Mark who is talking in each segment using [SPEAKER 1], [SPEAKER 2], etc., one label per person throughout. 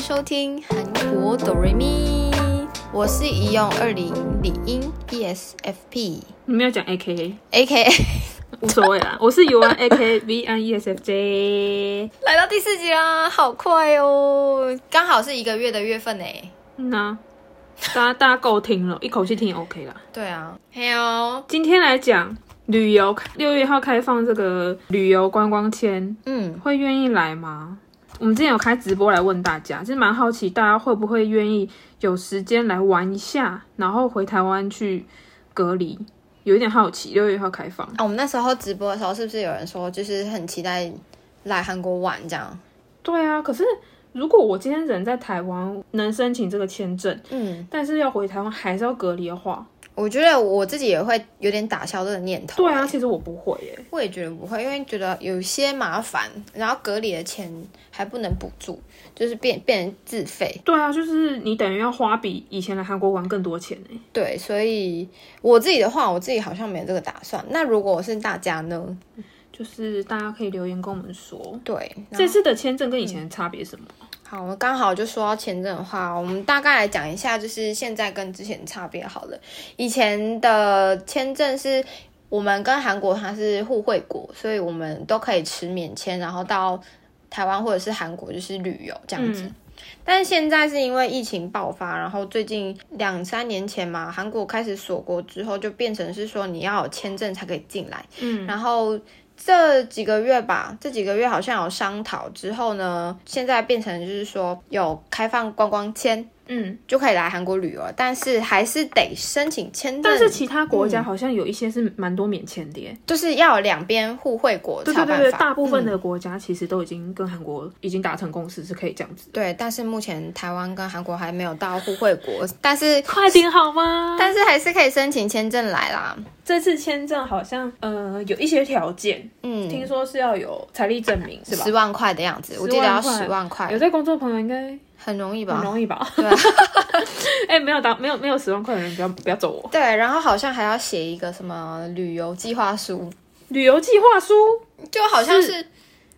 [SPEAKER 1] 收听韩国哆瑞咪，我是怡用二零理英 ESFP
[SPEAKER 2] 你没有讲 A K A，
[SPEAKER 1] AK，
[SPEAKER 2] 无所谓啦。 我是 U N A K V N E S F J。
[SPEAKER 1] 来到第四集啦，好快哦，刚好是一个月的月份呢。
[SPEAKER 2] 嗯啊，大家大家够听了，一口气听也 OK 啦。
[SPEAKER 1] 对啊，嘿哦，
[SPEAKER 2] 今天来讲旅游，六月号开放这个旅游观光签，
[SPEAKER 1] 嗯，
[SPEAKER 2] 会愿意来吗？我们之前有开直播来问大家，就是蛮好奇大家会不会愿意有时间来玩一下，然后回台湾去隔离，有一点好奇。六月号开放，
[SPEAKER 1] 啊，我们那时候直播的时候，是不是有人说就是很期待来韩国玩这样？
[SPEAKER 2] 对啊，可是如果我今天人在台湾，能申请这个签证。
[SPEAKER 1] 嗯，
[SPEAKER 2] 但是要回台湾还是要隔离的话，
[SPEAKER 1] 我觉得我自己也会有点打消这个念头。
[SPEAKER 2] 对啊，其实我不会耶。
[SPEAKER 1] 我也觉得不会，因为觉得有些麻烦，然后隔离的钱还不能补助，就是变变成自费。
[SPEAKER 2] 对啊，就是你等于要花比以前来韩国玩更多钱哎。
[SPEAKER 1] 对，所以我自己的话，我自己好像没有这个打算。那如果是大家呢？
[SPEAKER 2] 就是大家可以留言跟我们说，
[SPEAKER 1] 对，那
[SPEAKER 2] 这次的签证跟以前的差别是什么？
[SPEAKER 1] 好，我刚好就说到签证的话，我们大概来讲一下，就是现在跟之前的差别好了。以前的签证是我们跟韩国它是互惠国，所以我们都可以持免签，然后到台湾或者是韩国就是旅游这样子。但是现在是因为疫情爆发，然后最近两三年前嘛，韩国开始锁国之后，就变成是说你要有签证才可以进来。
[SPEAKER 2] 嗯，
[SPEAKER 1] 然后这几个月吧，这几个月好像有商讨之后呢，现在变成就是说有开放观光签
[SPEAKER 2] 嗯，
[SPEAKER 1] 就可以来韩国旅游，但是还是得申请签证，
[SPEAKER 2] 但是其嗯他国家好像有一些是蛮多免签的耶。
[SPEAKER 1] 就是要有两边互惠国
[SPEAKER 2] 对
[SPEAKER 1] 才
[SPEAKER 2] 对
[SPEAKER 1] 有办
[SPEAKER 2] 对对，
[SPEAKER 1] 法。
[SPEAKER 2] 大部
[SPEAKER 1] 嗯
[SPEAKER 2] 分的国家其实都已经跟韩国已经达成共识，是可以这样子。
[SPEAKER 1] 嗯对，但是目前台湾跟韩国还没有到互惠国，但是
[SPEAKER 2] 快点好吗？
[SPEAKER 1] 但
[SPEAKER 2] 但
[SPEAKER 1] 是还是可以申请签证来啦。
[SPEAKER 2] 这次签证好像呃有一些条件，
[SPEAKER 1] 嗯，
[SPEAKER 2] 听说是要有财力证明是吧
[SPEAKER 1] 十？万块的样子，我记得要十万块
[SPEAKER 2] 有，在工作的朋友应该
[SPEAKER 1] 很容易
[SPEAKER 2] 很
[SPEAKER 1] 吧？
[SPEAKER 2] 容易吧？
[SPEAKER 1] 对啊
[SPEAKER 2] 哎、没有打，没有没有十万块的人，不要不要走我。
[SPEAKER 1] 对，然后好像还要写一个什么旅游计划书，
[SPEAKER 2] 旅游计划书，
[SPEAKER 1] 就好像是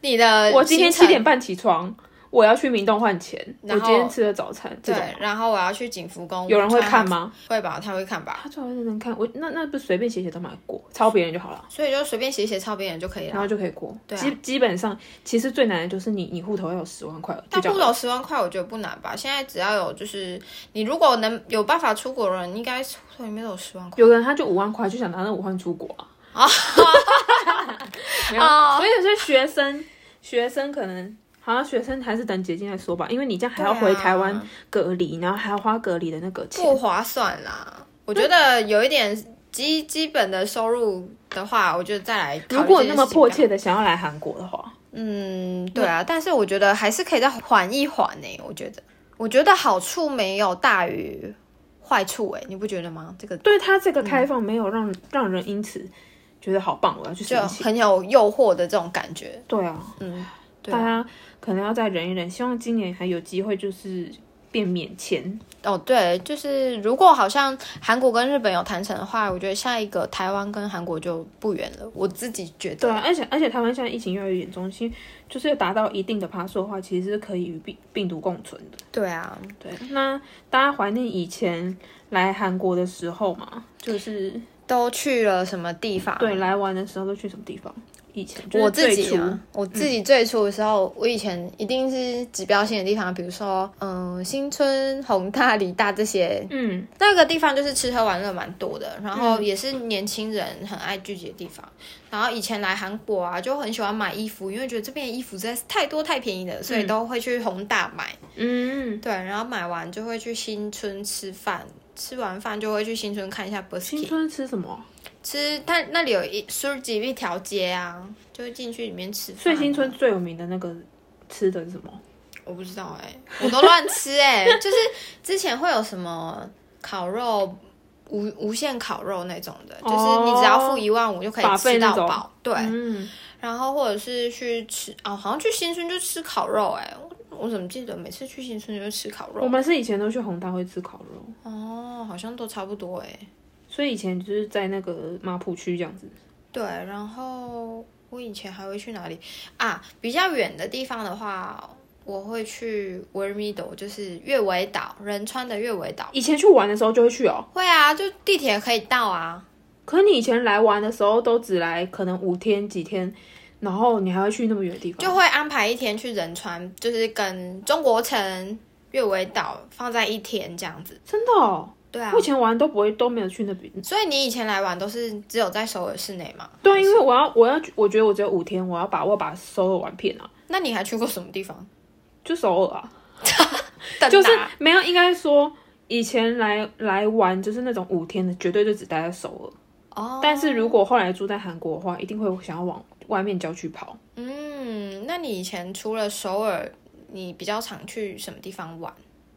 [SPEAKER 1] 你的
[SPEAKER 2] 我今
[SPEAKER 1] 行
[SPEAKER 2] 天七
[SPEAKER 1] 程
[SPEAKER 2] 点半起床，呃我要去明洞换钱。我
[SPEAKER 1] 然后
[SPEAKER 2] 今天吃的早餐，这种
[SPEAKER 1] 对，然后我要去景福宫，
[SPEAKER 2] 有人会
[SPEAKER 1] 穿
[SPEAKER 2] 看？吗？啊
[SPEAKER 1] 会吧，他会看吧，
[SPEAKER 2] 他最好认真看，我那那不是随便写写都买过，抄别人就好了，
[SPEAKER 1] 所以就随便写一写抄别人就可以
[SPEAKER 2] 然后
[SPEAKER 1] 了。
[SPEAKER 2] 就可以过。
[SPEAKER 1] 对啊
[SPEAKER 2] 基基本上，其实最难的就是你你户头要有十万块，
[SPEAKER 1] 但
[SPEAKER 2] 就这样
[SPEAKER 1] 户头十万块，我觉得不难吧？现在只要有，就是你如果能有办法出国的人，应该户头里面都有十万块。
[SPEAKER 2] 有人他就五万块，就想拿那五万出国啊。没有，
[SPEAKER 1] 哦
[SPEAKER 2] 所以有些学生，学生可能好像学生还是等解禁再说吧，因为你这样还要
[SPEAKER 1] 对
[SPEAKER 2] 回
[SPEAKER 1] 啊
[SPEAKER 2] 台湾隔离，然后还要花隔离的那个钱。
[SPEAKER 1] 不划算啦。我觉得有一点基基本的收入的话，我觉得再来考虑
[SPEAKER 2] 如果
[SPEAKER 1] 这件
[SPEAKER 2] 那么
[SPEAKER 1] 事情
[SPEAKER 2] 迫
[SPEAKER 1] 吧，
[SPEAKER 2] 切的想要来韩国的话，
[SPEAKER 1] 嗯，对啊，但是我觉得还是可以再缓一缓呢、我觉得，我觉得好处没有大于坏处、欸，你不觉得吗？这个
[SPEAKER 2] 对他这个开放没有让、让人因此觉得好棒，我要去
[SPEAKER 1] 就
[SPEAKER 2] 申请。
[SPEAKER 1] 很有诱惑的这种感觉。
[SPEAKER 2] 对啊，
[SPEAKER 1] 嗯，对
[SPEAKER 2] 大
[SPEAKER 1] 啊
[SPEAKER 2] 家可能要再忍一忍，希望今年还有机会就是变免签。
[SPEAKER 1] 哦，对，就是如果好像韩国跟日本有谈成的话，我觉得下一个台湾跟韩国就不远了。我自己觉
[SPEAKER 2] 对
[SPEAKER 1] 得，
[SPEAKER 2] 啊，而且而且台湾现在疫情越来越严重，其实就是要达到一定的趴数的话，其实是可以与病病毒共存的。
[SPEAKER 1] 对啊，
[SPEAKER 2] 对，那大家怀念以前来韩国的时候嘛，就是
[SPEAKER 1] 都去了什么地方？
[SPEAKER 2] 对来玩的时候都去什么地方？以前就是
[SPEAKER 1] 我自
[SPEAKER 2] 最
[SPEAKER 1] 己、
[SPEAKER 2] 初
[SPEAKER 1] 啊，我自己最初的时候，我以前一定是指标性的地方，比如说，嗯、新村、宏大、梨大这些，
[SPEAKER 2] 嗯，
[SPEAKER 1] 那个地方就是吃喝玩乐蛮多的，然后也是年轻人很爱聚集的地方。然后以前来韩国啊，就很喜欢买衣服，因为觉得这边的衣服实在是太多太便宜了，所以都会去宏大买。
[SPEAKER 2] 嗯，
[SPEAKER 1] 对，然后买完就会去新村吃饭，吃完饭就会去新村看一下 b u s
[SPEAKER 2] 青
[SPEAKER 1] k
[SPEAKER 2] 春吃什么？
[SPEAKER 1] 吃它那里有一书集一条街啊，就会进去里面吃饭。啊
[SPEAKER 2] 最青春最有名的那个吃的是什么？
[SPEAKER 1] 我不知道哎、我都乱吃哎、 就是之前会有什么烤肉无无限烤肉那种的，就是你只要付一万五就可以
[SPEAKER 2] 哦把
[SPEAKER 1] 吃
[SPEAKER 2] 费啊那
[SPEAKER 1] 到
[SPEAKER 2] 种
[SPEAKER 1] 饱，对。
[SPEAKER 2] 嗯，
[SPEAKER 1] 然后或者是去吃哦，好像去新村就吃烤肉哎、我我怎么记得每次去新村就吃烤
[SPEAKER 2] 我
[SPEAKER 1] 肉？
[SPEAKER 2] 们是以前都去宏大会吃烤肉，
[SPEAKER 1] 哦，好像都差不多哎、
[SPEAKER 2] 所以以前就是在那个马浦区这样子。
[SPEAKER 1] 对，然后我以前还会去哪里啊？比较远的地方的话，我会去维米岛，就是月尾岛，仁川的月尾岛。
[SPEAKER 2] 以前去玩的时候就会去哦，
[SPEAKER 1] 会啊，就地铁可以到啊。
[SPEAKER 2] 可是你以前来玩的时候都只来可能五天几天，然后你还会去那么远的地方，
[SPEAKER 1] 就会安排一天去仁川，就是跟中国城、月尾岛放在一天这样子。
[SPEAKER 2] 真的哦。
[SPEAKER 1] 对啊
[SPEAKER 2] 我以，前玩都不会都没有去那边。
[SPEAKER 1] 所以你以前来玩都是只有在首尔市内嘛？
[SPEAKER 2] 对啊，因为我要我要我觉得我只有五天，我要把握把首尔玩遍啊，
[SPEAKER 1] 那你还去过什么地 方？啊
[SPEAKER 2] 就首尔啊，
[SPEAKER 1] 登
[SPEAKER 2] 就是
[SPEAKER 1] 达
[SPEAKER 2] 没有应该说以前来来玩就是那种五天的，绝对就只待在首尔。
[SPEAKER 1] 哦，
[SPEAKER 2] 但是如果后来住在韩国的话，一定会想要往外面郊区跑。
[SPEAKER 1] 嗯，那你以前除了首尔，你比较常去什么地方玩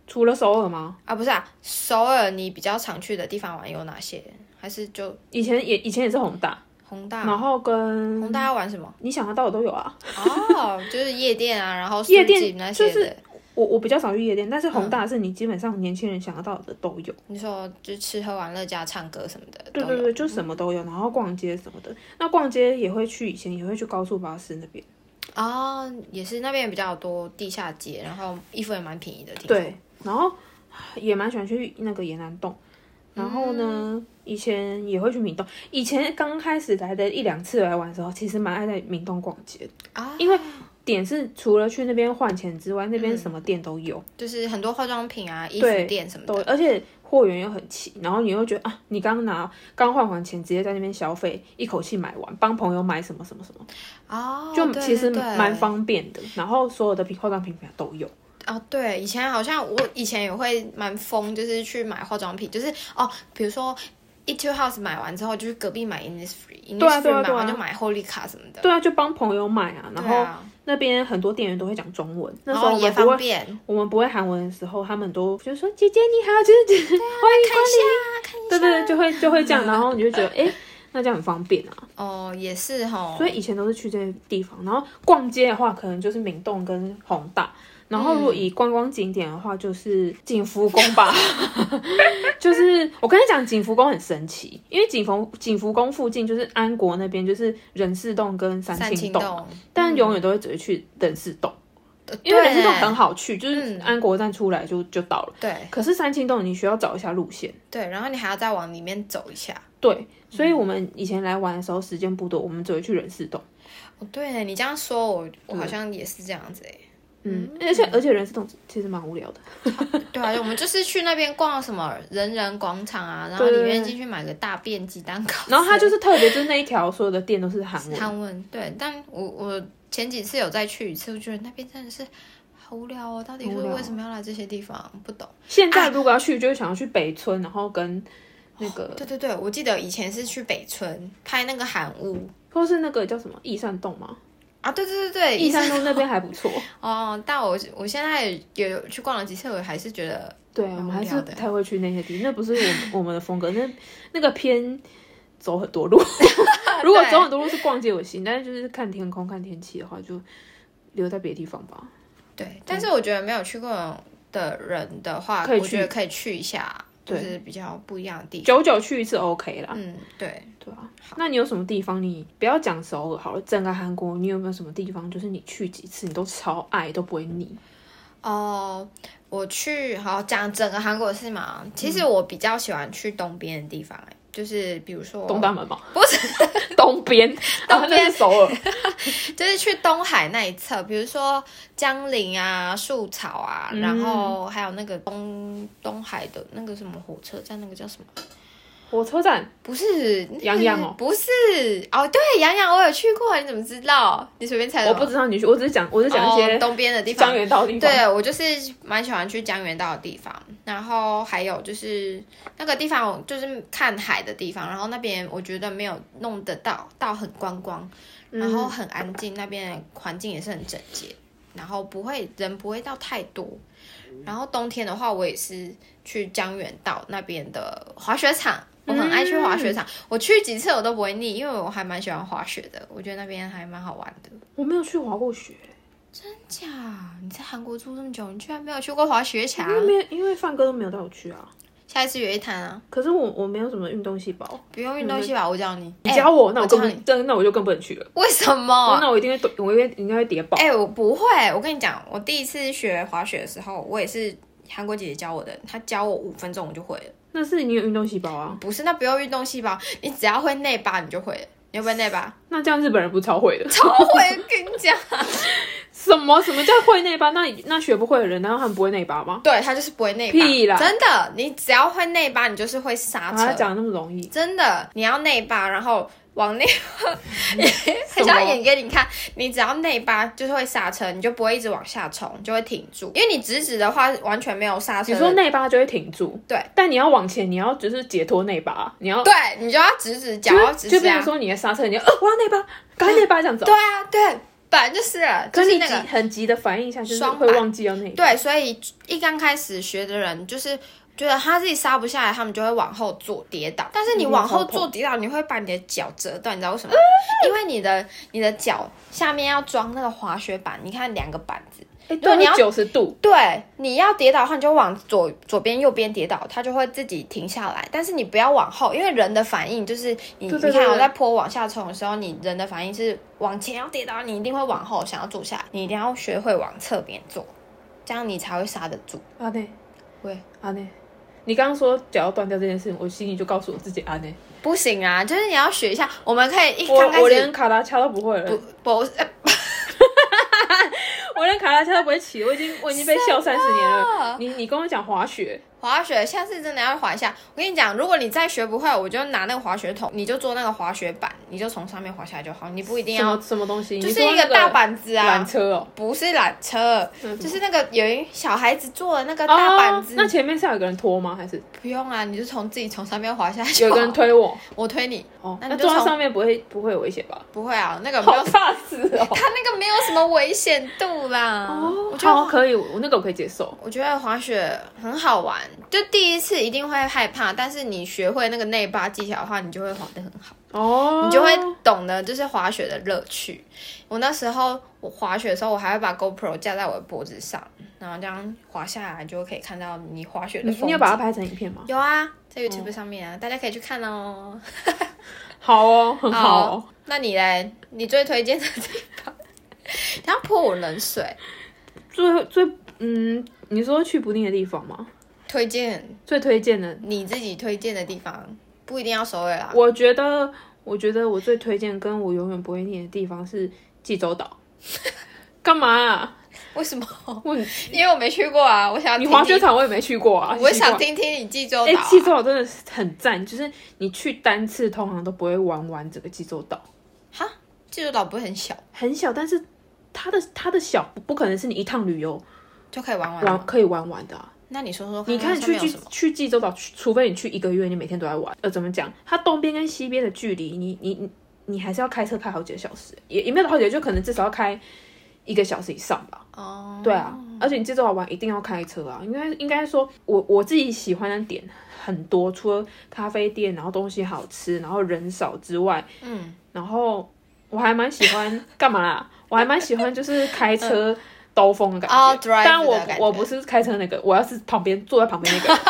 [SPEAKER 2] 除了首尔吗？
[SPEAKER 1] 啊？不是啊，首尔你比较常去的地方玩有哪些？还是就
[SPEAKER 2] 以前也以前也是宏大，
[SPEAKER 1] 宏大？
[SPEAKER 2] 然后跟
[SPEAKER 1] 宏大要玩什么？
[SPEAKER 2] 你想得到的都有啊。
[SPEAKER 1] 哦， 就是夜店啊，然后
[SPEAKER 2] 夜店
[SPEAKER 1] 市集那些的。
[SPEAKER 2] 就我我比较少去夜店，但是
[SPEAKER 1] 嗯
[SPEAKER 2] 宏大是你基本上年轻人想得到的都有。
[SPEAKER 1] 你说就吃喝玩乐加唱歌什么的，
[SPEAKER 2] 对
[SPEAKER 1] 都
[SPEAKER 2] 对
[SPEAKER 1] 有
[SPEAKER 2] 对，就什么都有，嗯然后逛街什么的。那逛街也会去，以前也会去高速巴士那边。
[SPEAKER 1] 啊、也是那边比较多地下街，然后衣服也蛮便宜的。听说，
[SPEAKER 2] 对，然后也蛮喜欢去那个延南洞。然后呢，以前也会去明洞。以前刚开始来的一两次来玩的时候，其实蛮爱在明洞逛街的
[SPEAKER 1] 啊，
[SPEAKER 2] 因为点是除了去那边换钱之外，那边什么店都有，
[SPEAKER 1] 就是很多化妆品啊、衣服
[SPEAKER 2] 对
[SPEAKER 1] 店什么
[SPEAKER 2] 都
[SPEAKER 1] 的。
[SPEAKER 2] 而且货源又很齐，然后你又觉得啊，你刚拿刚换完钱，直接在那边消费，一口气买完，帮朋友买什么什么什么，
[SPEAKER 1] 哦，
[SPEAKER 2] 就
[SPEAKER 1] 对
[SPEAKER 2] 其实
[SPEAKER 1] 对对
[SPEAKER 2] 蛮方便的。然后所有的品化妆品牌都有，
[SPEAKER 1] 哦，对，以前好像我以前也会蛮疯，就是去买化妆品，就是哦，比如说 Etude House 买完之后，就去隔壁买 Innisfree，Innisfree、
[SPEAKER 2] 对啊对啊
[SPEAKER 1] 买
[SPEAKER 2] 对啊
[SPEAKER 1] 完就买 Holy 卡什么的，
[SPEAKER 2] 对啊，就帮朋友买啊。然
[SPEAKER 1] 对
[SPEAKER 2] 后
[SPEAKER 1] 啊、
[SPEAKER 2] 那边很多店员都会讲中文，那
[SPEAKER 1] 然
[SPEAKER 2] 时候
[SPEAKER 1] 后
[SPEAKER 2] 我
[SPEAKER 1] 也
[SPEAKER 2] 们不
[SPEAKER 1] 方
[SPEAKER 2] 会，
[SPEAKER 1] 便，
[SPEAKER 2] 我们不会韩文的时候，他们都就说姐姐你好，就是就是
[SPEAKER 1] 啊看一下，看一下，
[SPEAKER 2] 对对对，就会就会这 样，然后你就觉得哎、诶那这样很方便啊。
[SPEAKER 1] 哦，也是哈，
[SPEAKER 2] 所以以前都是去这些地方，然后逛街的话，可能就是明洞跟宏大。然后如
[SPEAKER 1] 嗯
[SPEAKER 2] 果以观光景点的话，就是景福宫 吧。就是我跟你讲，景福宫很神奇，因为景福景福宫附近就是安国那边，就是仁寺洞跟三
[SPEAKER 1] 三
[SPEAKER 2] 清
[SPEAKER 1] 清
[SPEAKER 2] 洞，
[SPEAKER 1] 洞，
[SPEAKER 2] 但永远都会只会去仁寺洞，
[SPEAKER 1] 嗯呃对
[SPEAKER 2] 因为仁寺洞很好去，就是
[SPEAKER 1] 嗯
[SPEAKER 2] 安国站出来就就到了。
[SPEAKER 1] 对
[SPEAKER 2] 可是三清洞你需要找一下路线，啊
[SPEAKER 1] 对，然后你还要再往里面走一下。
[SPEAKER 2] 对，所以我们以前来玩的时候时间不多，我们只会去仁寺洞。
[SPEAKER 1] 哦，对你这样说，我我好像也是这样子哎。
[SPEAKER 2] 嗯，而且而且人是洞其实蛮无聊的，
[SPEAKER 1] 对啊，我们就是去那边逛什么人人广场啊，然后
[SPEAKER 2] 对对
[SPEAKER 1] 里
[SPEAKER 2] 对
[SPEAKER 1] 面进去买个大便鸡蛋糕。
[SPEAKER 2] 然后它就是特别就是那一条所有的店都是韩文，
[SPEAKER 1] 韩文对，但我我前几次有再去一次，我觉得那边真的是好无聊哦，到底是
[SPEAKER 2] 无聊
[SPEAKER 1] 为什么要来这些地方？不懂。
[SPEAKER 2] 现在如果要去就会想要去北村，然后跟那个
[SPEAKER 1] 对对对，我记得以前是去北村拍那个韩屋
[SPEAKER 2] 或是那个叫什么益善洞嘛，
[SPEAKER 1] 啊，对对对对，
[SPEAKER 2] 益善洞那边还不错。
[SPEAKER 1] 哦，但我我现在也有去逛了几次，我还是觉得
[SPEAKER 2] 对，我
[SPEAKER 1] 蛮
[SPEAKER 2] 们
[SPEAKER 1] 无
[SPEAKER 2] 还是
[SPEAKER 1] 聊
[SPEAKER 2] 不
[SPEAKER 1] 的
[SPEAKER 2] 太会去那些地，那不是我们我们的风格，那那个偏走 很多路。如果走很多路是逛街我行，但是就是看天空看天气的话，就留在别的地方吧。
[SPEAKER 1] 对，但是我觉得没有去过的人的话，
[SPEAKER 2] 可以
[SPEAKER 1] 我
[SPEAKER 2] 去
[SPEAKER 1] 觉得可以去一下，就
[SPEAKER 2] 对啊
[SPEAKER 1] 是比较不一样的地方。
[SPEAKER 2] 久久去一次 OK 啦。
[SPEAKER 1] 嗯，对，
[SPEAKER 2] 对啊，那你有什么地方你不要讲首尔好了，整个韩国你有没有什么地方就是你去几次你都超爱都不会腻？
[SPEAKER 1] 哦、我去好讲整个韩国是嘛？其
[SPEAKER 2] 嗯
[SPEAKER 1] 实我比较喜欢去东边的地方、欸，就是比如说
[SPEAKER 2] 东大门吗？
[SPEAKER 1] 不
[SPEAKER 2] 是 东边，东边、是首尔。
[SPEAKER 1] 就是去东海那一侧，比如说江陵啊、树草啊，
[SPEAKER 2] 嗯
[SPEAKER 1] 然后还有那个东东海的那个什么火车站，那个叫什么？
[SPEAKER 2] 火车站
[SPEAKER 1] 不是那个
[SPEAKER 2] 洋洋哦
[SPEAKER 1] 不是哦，对，洋洋我有去过，你怎么知道？你随便猜的
[SPEAKER 2] 我
[SPEAKER 1] 吗
[SPEAKER 2] 不知道你去，我只是讲，我只是讲一
[SPEAKER 1] 哦、
[SPEAKER 2] 些
[SPEAKER 1] 东边的地
[SPEAKER 2] 江
[SPEAKER 1] 方。
[SPEAKER 2] 原道地方。
[SPEAKER 1] 对，我就是蛮喜欢去江原道的地方，然后还有就是嗯那个地方就是看海的地方，然后那边我觉得没有弄得到，到很观光，
[SPEAKER 2] 嗯
[SPEAKER 1] 然后很安静，那边环境也是很整洁，然后不会人不会到太多。然后冬天的话，我也是去江原道那边的滑雪
[SPEAKER 2] 嗯
[SPEAKER 1] 场，我很爱去滑雪场，我去几次我都不会腻，因为我还蛮喜欢滑雪的，我觉得那边还蛮好玩的。
[SPEAKER 2] 我没有去滑过雪，
[SPEAKER 1] 假？你在韩国住这么久，你居然没有去过滑雪场？
[SPEAKER 2] 因为没有因为范哥都没有带我去啊。
[SPEAKER 1] 下一次约一谈啊，哦
[SPEAKER 2] 可是我我没有什么运动细胞，
[SPEAKER 1] 不用运动细胞，我教你。
[SPEAKER 2] 你教我，那我
[SPEAKER 1] 哎教
[SPEAKER 2] 更不
[SPEAKER 1] 你哦
[SPEAKER 2] 真，那我就更不能去了。
[SPEAKER 1] 为什么？
[SPEAKER 2] 那我一定会跌，我一定应该会跌爆。
[SPEAKER 1] 哎、我不会。我跟你讲，我第一次学滑雪的时候，我也是韩国姐姐教我的，她教我五分钟我就会了。
[SPEAKER 2] 那是你有运动细胞啊，
[SPEAKER 1] 不是，那不用运动细胞，你只要会内八你就会了。你会不会内八？
[SPEAKER 2] 那这样日本人不是超会的？
[SPEAKER 1] 超会，跟你讲。
[SPEAKER 2] 什么什么叫会内八？那那学不会的人，难道他们不会内八吗？
[SPEAKER 1] 对，她就是不会内八。
[SPEAKER 2] 屁啦
[SPEAKER 1] 真的，你只要会内八，你就是会刹
[SPEAKER 2] 啊，
[SPEAKER 1] 车。
[SPEAKER 2] 他讲的那么容易，
[SPEAKER 1] 真的，你要内八，然后往内，
[SPEAKER 2] 什
[SPEAKER 1] 很
[SPEAKER 2] 么
[SPEAKER 1] 想演给你看。你只要内八，就是会刹车，你就不会一直往下冲，就会停住。因为你直直的话，完全没有刹车
[SPEAKER 2] 你
[SPEAKER 1] 的。
[SPEAKER 2] 说内八就会停住，
[SPEAKER 1] 对，
[SPEAKER 2] 但你要往前，你要就是解脱内八，啊你要
[SPEAKER 1] 对，你就要直直脚要直
[SPEAKER 2] 就
[SPEAKER 1] 直
[SPEAKER 2] 比如
[SPEAKER 1] 啊。
[SPEAKER 2] 说你的刹车，你要呃我要内八，赶快内八这样 走
[SPEAKER 1] 对。啊，对，本来就是了，就
[SPEAKER 2] 可
[SPEAKER 1] 是
[SPEAKER 2] 你
[SPEAKER 1] 那
[SPEAKER 2] 急
[SPEAKER 1] 个
[SPEAKER 2] 很急的反应一下，就是
[SPEAKER 1] 双
[SPEAKER 2] 会
[SPEAKER 1] 板
[SPEAKER 2] 忘记要内八。
[SPEAKER 1] 对，所以一刚开始学的人就是。觉得他自己刹不下来，他们就会往后坐跌倒。但是你
[SPEAKER 2] 嗯
[SPEAKER 1] 往后
[SPEAKER 2] 超痛
[SPEAKER 1] 坐跌倒，你会把你的脚折断，你知道为什么吗？因为你的你的脚下面要装那个滑雪板，你看两个板子，
[SPEAKER 2] 哎，
[SPEAKER 1] 对
[SPEAKER 2] 对，
[SPEAKER 1] 你要
[SPEAKER 2] 九十度，
[SPEAKER 1] 对，你要跌倒的话，你就往左左边、右边跌倒，它就会自己停下来。但是你不要往后，因为人的反应就是你
[SPEAKER 2] 对对
[SPEAKER 1] 你看我
[SPEAKER 2] 对
[SPEAKER 1] 在坡往下冲的时候，你人的反应是往前要跌倒，你一定会往后想要坐下来，你一定要学会往侧边坐，这样你才会刹得住。
[SPEAKER 2] 阿内，
[SPEAKER 1] 喂，
[SPEAKER 2] 阿内，你刚刚说脚要断掉这件事情，我心里就告诉我自己阿内，
[SPEAKER 1] 不行啊，就是你要学一下。我们可以一刚开
[SPEAKER 2] 我我连
[SPEAKER 1] 始
[SPEAKER 2] 卡达恰都不会了
[SPEAKER 1] 不，不呃
[SPEAKER 2] 我连卡达恰都不会骑，我 已经我已经被笑三十年
[SPEAKER 1] 啊
[SPEAKER 2] 了。你你跟我讲滑雪，
[SPEAKER 1] 滑雪，下次真的要滑一下。我跟你讲，如果你再学不会，我就拿那个滑雪筒，你就做那个滑雪板，你就从上面滑下来就好，你不一定
[SPEAKER 2] 什
[SPEAKER 1] 要
[SPEAKER 2] 么什么东西，
[SPEAKER 1] 就
[SPEAKER 2] 你
[SPEAKER 1] 是
[SPEAKER 2] 说
[SPEAKER 1] 一个
[SPEAKER 2] 那
[SPEAKER 1] 大板子啊
[SPEAKER 2] 缆，车哦，
[SPEAKER 1] 不是缆车，
[SPEAKER 2] 嗯
[SPEAKER 1] 就是那个有一小孩子坐的那个大板
[SPEAKER 2] 哦
[SPEAKER 1] 子。
[SPEAKER 2] 那前面是要有个人拖吗？还是
[SPEAKER 1] 不用啊，你就从自己从上面滑下去。
[SPEAKER 2] 有个人，推我？
[SPEAKER 1] 我推你，
[SPEAKER 2] 哦，
[SPEAKER 1] 那
[SPEAKER 2] 那
[SPEAKER 1] 你就
[SPEAKER 2] 坐在
[SPEAKER 1] 从
[SPEAKER 2] 上面不会不会有危险吧？
[SPEAKER 1] 不会啊，那个没
[SPEAKER 2] 好
[SPEAKER 1] 有，
[SPEAKER 2] 怕死哦！
[SPEAKER 1] 他那个没有什么危险度啦。我觉
[SPEAKER 2] 好
[SPEAKER 1] 得。
[SPEAKER 2] 可以，我那个我可以接受。
[SPEAKER 1] 我觉得滑雪很好玩，就第一次一定会害怕，但是你学会那个内八技巧的话，你就会滑得很好，
[SPEAKER 2] 哦，
[SPEAKER 1] 你就会懂得就是滑雪的乐趣。我那时候我滑雪的时候，我还会把 GoPro 架在我的脖子上，然后这样滑下来，就可以看到你滑雪的
[SPEAKER 2] 你
[SPEAKER 1] 风景。
[SPEAKER 2] 你有把它拍成影片吗？
[SPEAKER 1] 有啊，在
[SPEAKER 2] 哦
[SPEAKER 1] YouTube 上面啊，大家可以去看哦。
[SPEAKER 2] 好哦，很好哦。
[SPEAKER 1] 那你嘞？你最推荐的地方？ 你要泼我冷水？
[SPEAKER 2] 最最嗯，你说去不定的地方吗？
[SPEAKER 1] 推荐
[SPEAKER 2] 最推荐的，
[SPEAKER 1] 你自己推荐的地方，不一定要首尔啊啦。
[SPEAKER 2] 我觉得，我觉得我最推荐跟我永远不会念的地方是济州 岛。干嘛、啊？
[SPEAKER 1] 为什么？
[SPEAKER 2] 我
[SPEAKER 1] 因为我没去过啊，我想
[SPEAKER 2] 你
[SPEAKER 1] 听
[SPEAKER 2] 滑雪场我也没去过啊。
[SPEAKER 1] 我
[SPEAKER 2] 奇怪
[SPEAKER 1] 想。听听你济州
[SPEAKER 2] 哎、
[SPEAKER 1] 岛啊、
[SPEAKER 2] 济州岛真的是很赞，就是你去单次通常都不会玩完整个济州岛，
[SPEAKER 1] 哈，济州岛不是很小，
[SPEAKER 2] 很小，但是它的它的小不不可能是你一趟旅游
[SPEAKER 1] 就可以玩玩吗。
[SPEAKER 2] 玩可以玩完的、啊。
[SPEAKER 1] 那你说说
[SPEAKER 2] 你看
[SPEAKER 1] 它上
[SPEAKER 2] 去
[SPEAKER 1] 面有
[SPEAKER 2] 济
[SPEAKER 1] 什么？
[SPEAKER 2] 去济州岛，去除非你去一个月，你每天都在玩。呃，怎么讲？它东边跟西边的距离，你你你你还是要开车开好几个小时，也也没有好几个，就可能至少要开一个小时以上吧。
[SPEAKER 1] 哦，
[SPEAKER 2] 对啊，而且你济州岛玩一定要开车啊。应该应该说，我我自己喜欢的点很多，除了咖啡店，然后东西好吃，然后人少之外，
[SPEAKER 1] 嗯，
[SPEAKER 2] 然后我还蛮喜欢 干嘛啦？我还蛮喜欢就是开车兜风的感觉。
[SPEAKER 1] 嗯哦，drive
[SPEAKER 2] 但我
[SPEAKER 1] 的感觉
[SPEAKER 2] 我不是开车那个，我要是旁边坐在旁边 那个，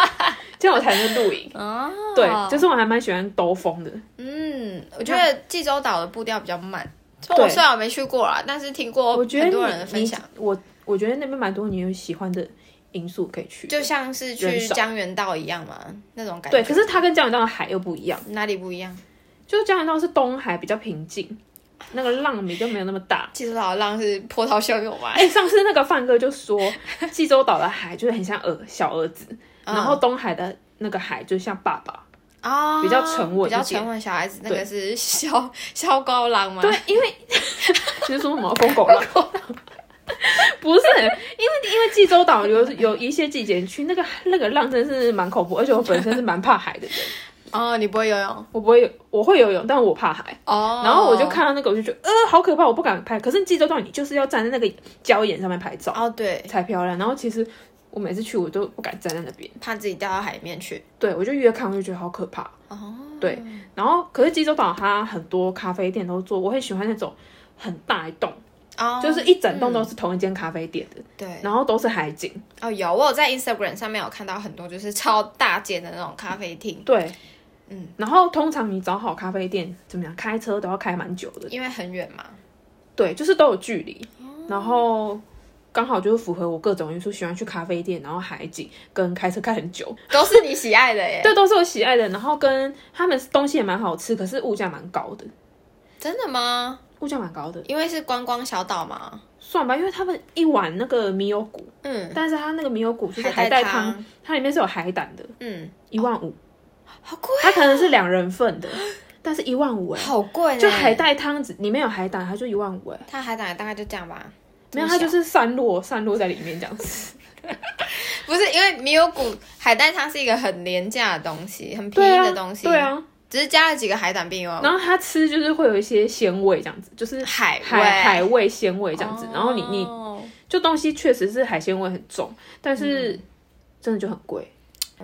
[SPEAKER 2] 这样我才能露营。
[SPEAKER 1] 哦，
[SPEAKER 2] 对，就是我还蛮喜欢兜风的。
[SPEAKER 1] 嗯，我觉得济州岛的步调比较慢。
[SPEAKER 2] 对
[SPEAKER 1] 我虽然我没去过啊啦，但是听过
[SPEAKER 2] 我觉
[SPEAKER 1] 哦
[SPEAKER 2] 得
[SPEAKER 1] 很
[SPEAKER 2] 你
[SPEAKER 1] 多人的分
[SPEAKER 2] 你
[SPEAKER 1] 享，
[SPEAKER 2] 我我觉得那边蛮多你有喜欢的因素可以去。
[SPEAKER 1] 就像是去
[SPEAKER 2] 人少
[SPEAKER 1] 江原道一样嘛，那种感觉。
[SPEAKER 2] 对，可是它跟江原道的海又不一样，
[SPEAKER 1] 哪里不一样？
[SPEAKER 2] 就是江原道是东海比较平静，那个浪比较没有那么 大。
[SPEAKER 1] 济州岛的浪是波涛汹涌嘛
[SPEAKER 2] 哎、，上次那个范哥就说，济州岛的海就是很像儿小儿子，
[SPEAKER 1] 嗯
[SPEAKER 2] 然后东海的那个海就像爸爸。
[SPEAKER 1] 啊，
[SPEAKER 2] 比较沉稳一
[SPEAKER 1] 比较
[SPEAKER 2] 点
[SPEAKER 1] 沉稳。小孩子那
[SPEAKER 2] 对
[SPEAKER 1] 个是萧萧高浪吗？
[SPEAKER 2] 对，因为其实说什么疯狗浪， 不是因为因为济州岛有有一些季节你去，那个那个浪真的是蛮恐怖，而且我本身是蛮怕海的人，
[SPEAKER 1] 哦，你不会游泳
[SPEAKER 2] 我不会游，我会游泳，但我怕海。
[SPEAKER 1] 哦。
[SPEAKER 2] 然后我就看到那个，我就觉得呃好可怕，我不敢拍。可是济州岛你就是要站在那个礁岩上面拍照
[SPEAKER 1] 哦，对，
[SPEAKER 2] 才漂亮。然后其实我每次去我都不敢站在那边，
[SPEAKER 1] 怕自己掉到海里面去。
[SPEAKER 2] 对我就越看我就觉得好可怕。
[SPEAKER 1] 哦，
[SPEAKER 2] 对，然后可是济州岛它很多咖啡店都做，我很喜欢那种很大一栋，
[SPEAKER 1] 哦，嗯
[SPEAKER 2] 就是一整栋都是同一间咖啡店的，
[SPEAKER 1] 对
[SPEAKER 2] 然后都是海景。
[SPEAKER 1] 哦，有我有在 Instagram 上面有看到很多就是超大间的那种咖啡厅，
[SPEAKER 2] 对，
[SPEAKER 1] 嗯，
[SPEAKER 2] 然后通常你找好咖啡店，怎么样？开车都要开蛮久的，哦
[SPEAKER 1] 因为很远嘛。
[SPEAKER 2] 对，就是都有距离，然后刚好就是符合我各种因素，喜欢去咖啡店，然后海景跟开车开很久，
[SPEAKER 1] 都是你喜爱的 耶，
[SPEAKER 2] 这都是我喜爱的。然后跟他们东西也蛮好吃，可是物价蛮高的，
[SPEAKER 1] 真的吗？
[SPEAKER 2] 物价蛮高的，
[SPEAKER 1] 因为是观光小岛嘛，
[SPEAKER 2] 算吧，因为他们一碗那个米油骨，
[SPEAKER 1] 嗯
[SPEAKER 2] 但是它那个米油骨就是
[SPEAKER 1] 海
[SPEAKER 2] 海
[SPEAKER 1] 带
[SPEAKER 2] 带汤，
[SPEAKER 1] 汤
[SPEAKER 2] 它里面是有海胆的，
[SPEAKER 1] 嗯，
[SPEAKER 2] 一万五，
[SPEAKER 1] 好贵，
[SPEAKER 2] 它可能是两人份的，但是一万五哎，
[SPEAKER 1] 好贵呢，
[SPEAKER 2] 就海带汤只里面有海胆，它就一万五哎。
[SPEAKER 1] 它海胆大概就这样吧，
[SPEAKER 2] 没有，
[SPEAKER 1] 这么
[SPEAKER 2] 它
[SPEAKER 1] 小
[SPEAKER 2] 就是散落散落在里面这样子。
[SPEAKER 1] 不是因为米有骨海带汤是一个很廉价的东西，很便
[SPEAKER 2] 对
[SPEAKER 1] 宜
[SPEAKER 2] 啊
[SPEAKER 1] 的东，西，哦
[SPEAKER 2] 对，啊。
[SPEAKER 1] 只是加了几个海胆并用
[SPEAKER 2] 然后它吃就是会有一些鲜味这样子，就是
[SPEAKER 1] 海味哦
[SPEAKER 2] 海海味哦鲜味这样子。然后你你
[SPEAKER 1] 你
[SPEAKER 2] 就东西确实是海鲜味很重，但是
[SPEAKER 1] 嗯
[SPEAKER 2] 真的就很贵。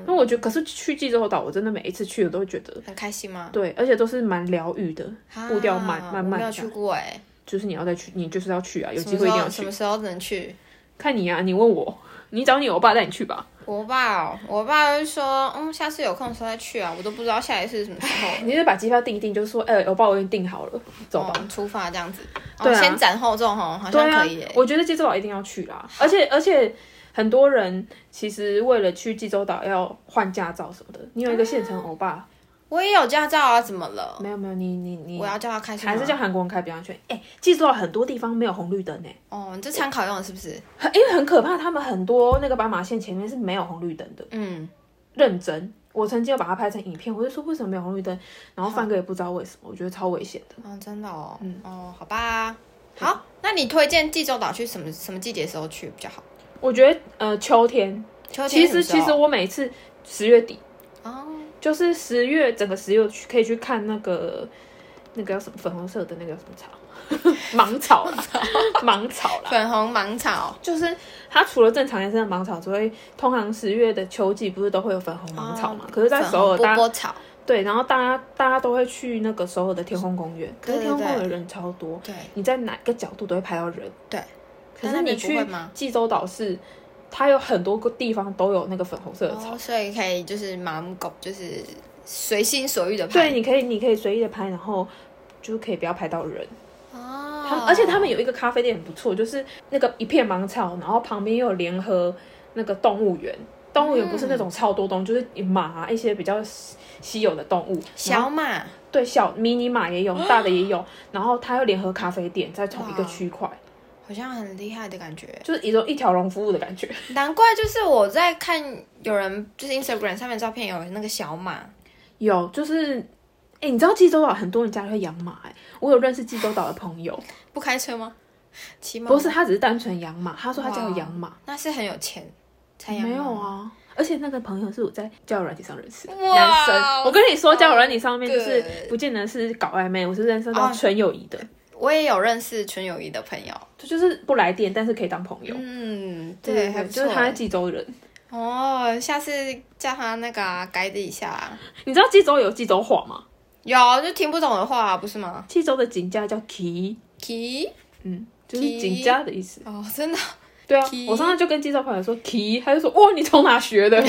[SPEAKER 2] 那我觉得，可是去济州岛，我真的每一次去我都觉得
[SPEAKER 1] 很开心吗？
[SPEAKER 2] 对，而且都是蛮疗愈的，
[SPEAKER 1] 啊
[SPEAKER 2] 步调慢慢
[SPEAKER 1] 我
[SPEAKER 2] 慢
[SPEAKER 1] 没有
[SPEAKER 2] 的
[SPEAKER 1] 去过哎，
[SPEAKER 2] 就是你要再去，你就是要去啊，有
[SPEAKER 1] 什
[SPEAKER 2] 机
[SPEAKER 1] 么
[SPEAKER 2] 会
[SPEAKER 1] 时
[SPEAKER 2] 一定要
[SPEAKER 1] 候什
[SPEAKER 2] 去
[SPEAKER 1] 么。时候能去？
[SPEAKER 2] 看你啊，你问我，你找你欧巴带你去吧。
[SPEAKER 1] 我爸哦，我爸就说，嗯，下次有空的时候再去啊，我都不知道下一次是什么时候。
[SPEAKER 2] 你就把机票订一订，就说，哎、欧巴我已经订好了， 走吧。
[SPEAKER 1] 哦，出发这样子，
[SPEAKER 2] 对
[SPEAKER 1] 哦，
[SPEAKER 2] 啊
[SPEAKER 1] 先斩后奏哈，好
[SPEAKER 2] 对
[SPEAKER 1] 像
[SPEAKER 2] 啊
[SPEAKER 1] 可以耶，。
[SPEAKER 2] 我觉得济州岛一定要去啦，而且而且很多人其实为了去济州岛要换驾照什么的。你有一个县城欧巴，
[SPEAKER 1] 我也有驾照啊，怎么了？
[SPEAKER 2] 没有没有，你你你
[SPEAKER 1] 我要叫他开车吗，
[SPEAKER 2] 哦还是叫韩国人开比较安全。哎、济州岛很多地方没有红绿灯呢、
[SPEAKER 1] 哦，你这参考用的是不是？
[SPEAKER 2] 很因为很可怕，他们很多那个斑马线前面是没有红绿灯的。
[SPEAKER 1] 嗯，
[SPEAKER 2] 认真，我曾经有把它拍成影片，我就说为什么没有红绿灯，然后范哥也不知道为什么，我觉得超危险的。
[SPEAKER 1] 哦，真的哦，
[SPEAKER 2] 嗯
[SPEAKER 1] 哦，好吧，好，那你推荐济州岛去什么什么季节的时候去比较好？
[SPEAKER 2] 我觉得呃秋天，
[SPEAKER 1] 秋
[SPEAKER 2] 其
[SPEAKER 1] 天什
[SPEAKER 2] 实
[SPEAKER 1] 么时候
[SPEAKER 2] 其实我每次十月底。
[SPEAKER 1] 哦，
[SPEAKER 2] 就是十月整个十月去可以去看那个那个叫什么粉红色的那个叫什么草， 芒草啦， 芒草啦。
[SPEAKER 1] 粉红芒草，
[SPEAKER 2] 就是它除了正常颜色的芒草之外，通常十月的秋季不是都会有粉红芒草嘛？
[SPEAKER 1] 哦
[SPEAKER 2] 可是，在
[SPEAKER 1] 粉
[SPEAKER 2] 首尔
[SPEAKER 1] 红波
[SPEAKER 2] 大家
[SPEAKER 1] 波草，
[SPEAKER 2] 对，然后大家大家都会去那个首尔的天空公园，可是
[SPEAKER 1] 对对
[SPEAKER 2] 天空公
[SPEAKER 1] 对
[SPEAKER 2] 园人超多，
[SPEAKER 1] 对，
[SPEAKER 2] 你在哪个角度都会拍到人。
[SPEAKER 1] 对，
[SPEAKER 2] 可
[SPEAKER 1] 但
[SPEAKER 2] 是
[SPEAKER 1] 那
[SPEAKER 2] 你
[SPEAKER 1] 边不
[SPEAKER 2] 去
[SPEAKER 1] 会吗
[SPEAKER 2] 济州岛是，它有很多个地方都有那个粉红色的草
[SPEAKER 1] 哦，，所以可以就是盲狗，就是随心所欲的
[SPEAKER 2] 对，
[SPEAKER 1] 拍，
[SPEAKER 2] 你可以你可以随意的拍，然后就可以不要拍到人。
[SPEAKER 1] 哦，
[SPEAKER 2] 他们而且他们有一个咖啡店很不错，就是那个一片芒草，然后旁边又有联合那个动物园。动物园不是那种超多
[SPEAKER 1] 嗯
[SPEAKER 2] 动物，就是马、啊、一些比较稀稀有的动物，然
[SPEAKER 1] 小
[SPEAKER 2] 后
[SPEAKER 1] 哦马，
[SPEAKER 2] 对小迷你马也有，大的也有，然后它又联合咖啡店在同一个区块，
[SPEAKER 1] 哦好像很厉害的感觉。
[SPEAKER 2] 就是一种一条龙服务的感觉。
[SPEAKER 1] 难怪就是我在看有人就是 Instagram 上面照片有那个小马，
[SPEAKER 2] 有就是，哎、你知道济州岛很多人家里会养马、哎，我有认识济州岛的朋友，
[SPEAKER 1] 不开车吗？骑马
[SPEAKER 2] 不是他只是单纯养马，他说他家有
[SPEAKER 1] 哇
[SPEAKER 2] 养马，
[SPEAKER 1] 那是很有钱才养
[SPEAKER 2] 没有
[SPEAKER 1] 马，
[SPEAKER 2] 啊，而且那个朋友是我在交友软体上认识的
[SPEAKER 1] 哇哦
[SPEAKER 2] 男生。我跟你说，
[SPEAKER 1] so
[SPEAKER 2] 交友软体上面就是
[SPEAKER 1] good
[SPEAKER 2] 不见得是搞暧昧，我是认识
[SPEAKER 1] 啊
[SPEAKER 2] 到纯友谊的，
[SPEAKER 1] 我也有认识纯友谊的朋友，
[SPEAKER 2] 这就是不来电，但是可以当朋友。
[SPEAKER 1] 嗯，
[SPEAKER 2] 对，
[SPEAKER 1] 还不
[SPEAKER 2] 就是
[SPEAKER 1] 错
[SPEAKER 2] 他在济州人，
[SPEAKER 1] 哦，下次叫他那个啊改的一下啊，
[SPEAKER 2] 你知道济州有济州话吗？
[SPEAKER 1] 有啊就听不懂的话不是吗
[SPEAKER 2] 济州的景家叫 k
[SPEAKER 1] ？K
[SPEAKER 2] 嗯，就是景家的意思。
[SPEAKER 1] 哦，真的
[SPEAKER 2] 对啊
[SPEAKER 1] ki，
[SPEAKER 2] 我上次就跟济州朋友说 k 他就说哇，你从哪学 的？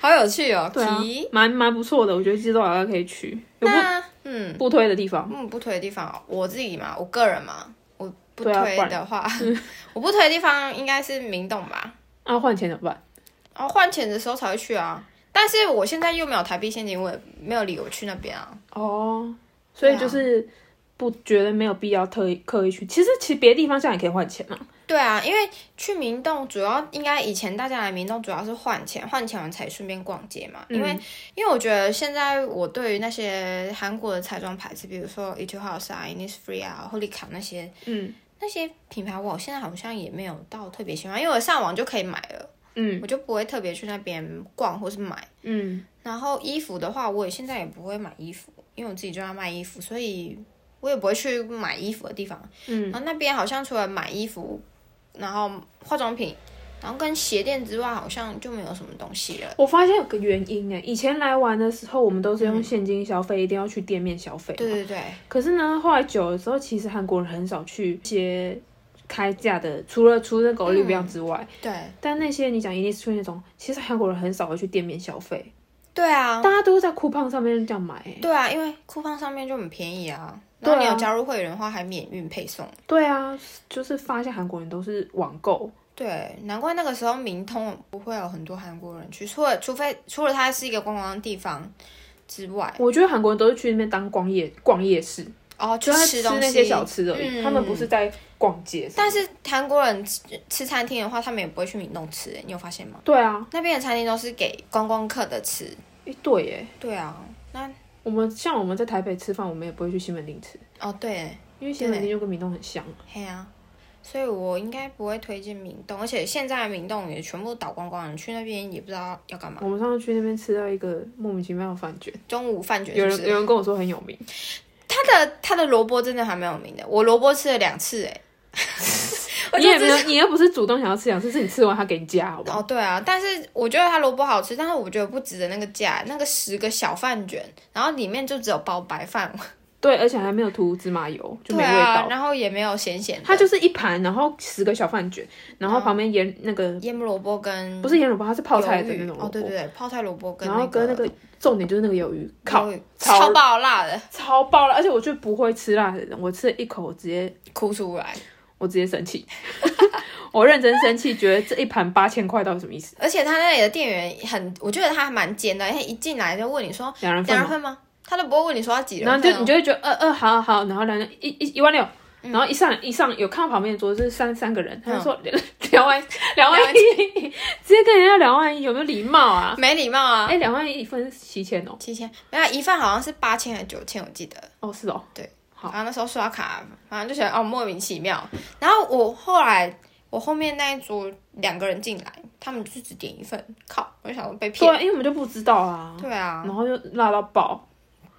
[SPEAKER 1] 好有趣哦
[SPEAKER 2] 对啊
[SPEAKER 1] ，K，
[SPEAKER 2] 蛮蛮不错的，我觉得济州好像可以去，有不
[SPEAKER 1] 那嗯
[SPEAKER 2] 不推的地方。
[SPEAKER 1] 嗯不推的地方哦，我自己嘛，我个人嘛，我不
[SPEAKER 2] 对啊
[SPEAKER 1] 推
[SPEAKER 2] 不然
[SPEAKER 1] 的话， 我不推的地方应该是明洞吧。
[SPEAKER 2] 啊，换钱怎么办？
[SPEAKER 1] 然后换钱的时候才会去啊。但是我现在又没有台币现金，我也没有理由去那边啊。
[SPEAKER 2] 哦，所以
[SPEAKER 1] 对啊
[SPEAKER 2] 就是不觉得没有必要特意刻意去。其实其实别的地方这样也可以换钱嘛。
[SPEAKER 1] 对啊，因为去明洞主要应该以前大家来明洞主要是换钱，换钱完才顺便逛街嘛。
[SPEAKER 2] 嗯
[SPEAKER 1] 因为、因为我觉得现在我对于那些韩国的彩妆牌子，比如说 Etude House 啊、Innisfree 啊、Holycom 那些
[SPEAKER 2] 嗯
[SPEAKER 1] 那些品牌，我现在好像也没有到特别喜欢，因为我上网就可以买了，
[SPEAKER 2] 嗯
[SPEAKER 1] 我就不会特别去那边逛或是买。
[SPEAKER 2] 嗯，
[SPEAKER 1] 然后衣服的话，我也现在也不会买衣服，因为我自己就要卖衣服，所以我也不会去买衣服的地方。
[SPEAKER 2] 嗯，
[SPEAKER 1] 然后那边好像除了买衣服，然后化妆品，然后跟鞋店之外，好像就没有什么东西了。
[SPEAKER 2] 我发现有个原因哎，以前来玩的时候，我们都是
[SPEAKER 1] 嗯
[SPEAKER 2] 用现金消费，一定要去店面消费。
[SPEAKER 1] 对。对对，
[SPEAKER 2] 可是呢，后来久了之后，其实韩国人很少去一些开价的，除了除了那个 o l i v i 之外，
[SPEAKER 1] 嗯对
[SPEAKER 2] 但那些你讲 Innisfree 那种，其实韩国人很少会去店面消费，
[SPEAKER 1] 对啊，
[SPEAKER 2] 大家都是在 Coupon 上面这样买欸。
[SPEAKER 1] 对啊，因为酷胖上面就很便宜啊。
[SPEAKER 2] 对啊
[SPEAKER 1] 然后你有加入会员的话，还免运配送。
[SPEAKER 2] 对啊，就是发现韩国人都是网购。
[SPEAKER 1] 对，难怪那个时候明通不会有很多韩国人去，除了除非除了它是一个观光地方之外，
[SPEAKER 2] 我觉得韩国人都是去那边当逛夜逛夜市，
[SPEAKER 1] 哦，
[SPEAKER 2] 就
[SPEAKER 1] 去
[SPEAKER 2] 是在
[SPEAKER 1] 吃
[SPEAKER 2] 吃
[SPEAKER 1] 东
[SPEAKER 2] 那
[SPEAKER 1] 西
[SPEAKER 2] 些小吃而已，
[SPEAKER 1] 嗯
[SPEAKER 2] 他们不是在逛街。
[SPEAKER 1] 但是韩国人吃吃餐厅的话，他们也不会去明洞吃、欸，你有发现吗？
[SPEAKER 2] 对啊，
[SPEAKER 1] 那边的餐厅都是给观光客的吃。
[SPEAKER 2] 诶，对耶，
[SPEAKER 1] 对啊，那
[SPEAKER 2] 我们像我们在台北吃饭，我们也不会去西门町吃，
[SPEAKER 1] 哦对欸，
[SPEAKER 2] 因为西门町就跟明洞很像。
[SPEAKER 1] 嘿啊，所以我应该不会推荐明洞，而且现在的明洞也全部倒光光了，你去那边也不知道要干嘛。
[SPEAKER 2] 我们上次去那边吃到一个莫名其妙的饭卷，
[SPEAKER 1] 中午饭卷
[SPEAKER 2] 有
[SPEAKER 1] 是不
[SPEAKER 2] 人
[SPEAKER 1] 是？
[SPEAKER 2] 有人跟我说很有名，
[SPEAKER 1] 它的它的萝卜真的还蛮有名的，我萝卜吃了两次哎、 我
[SPEAKER 2] 你
[SPEAKER 1] 就
[SPEAKER 2] 也没
[SPEAKER 1] 知
[SPEAKER 2] 有，你又不是主动想要吃两次，是你吃完他给你加，好不好？
[SPEAKER 1] 哦，对啊，但是我觉得它萝卜好吃，但是我觉得不值得那个价，那个十个小饭卷，然后里面就只有包白饭，
[SPEAKER 2] 对，而且还没有涂芝麻油，就没
[SPEAKER 1] 对
[SPEAKER 2] 味道。
[SPEAKER 1] 啊，然后也没有咸咸的，
[SPEAKER 2] 它就是一盘，然后十个小饭卷，
[SPEAKER 1] 嗯
[SPEAKER 2] 然后旁边腌那个
[SPEAKER 1] 腌萝卜跟
[SPEAKER 2] 不是腌萝卜，它是泡菜的
[SPEAKER 1] 鱿鱼
[SPEAKER 2] 那种萝
[SPEAKER 1] 哦，对对
[SPEAKER 2] 卜，
[SPEAKER 1] 对，泡菜萝卜跟
[SPEAKER 2] 然后跟那个重点就是那个鱿鱼，烤
[SPEAKER 1] 鱿鱼
[SPEAKER 2] 炒
[SPEAKER 1] 超爆辣的，
[SPEAKER 2] 超爆了，而且我就不会吃辣的人，我吃了一口我直接
[SPEAKER 1] 哭出来，
[SPEAKER 2] 我直接生 气，我认真生气，觉得这一盘八千块到底什么意思？
[SPEAKER 1] 而且他那里的店员很，我觉得他还蛮尖的，他一进来就问你说
[SPEAKER 2] 两人份
[SPEAKER 1] 两
[SPEAKER 2] 吗
[SPEAKER 1] 人？份吗？他都不会问你说要几人
[SPEAKER 2] 然后
[SPEAKER 1] 份、哦
[SPEAKER 2] 就你
[SPEAKER 1] 就
[SPEAKER 2] 就会觉得，呃呃，好好好，然后两人一一一万六，然后一上来一上有看到旁边的桌子是三三个人，他就说两万嗯 两万一，直接跟人家两万一，有没有礼貌啊？
[SPEAKER 1] 没礼貌啊。
[SPEAKER 2] 哎，两万一分七千哦，
[SPEAKER 1] 七千没有一份好像是八千还是九千，我记得。
[SPEAKER 2] 哦是哦，好
[SPEAKER 1] 然后那时候刷卡，反正就觉得哦莫名其妙。然后我后来我后面那一桌两个人进来，他们就只点一份，靠！我就想说被
[SPEAKER 2] 对
[SPEAKER 1] 骗。
[SPEAKER 2] 啊，因为我们就不知道啊，
[SPEAKER 1] 对啊，
[SPEAKER 2] 然后就辣到爆，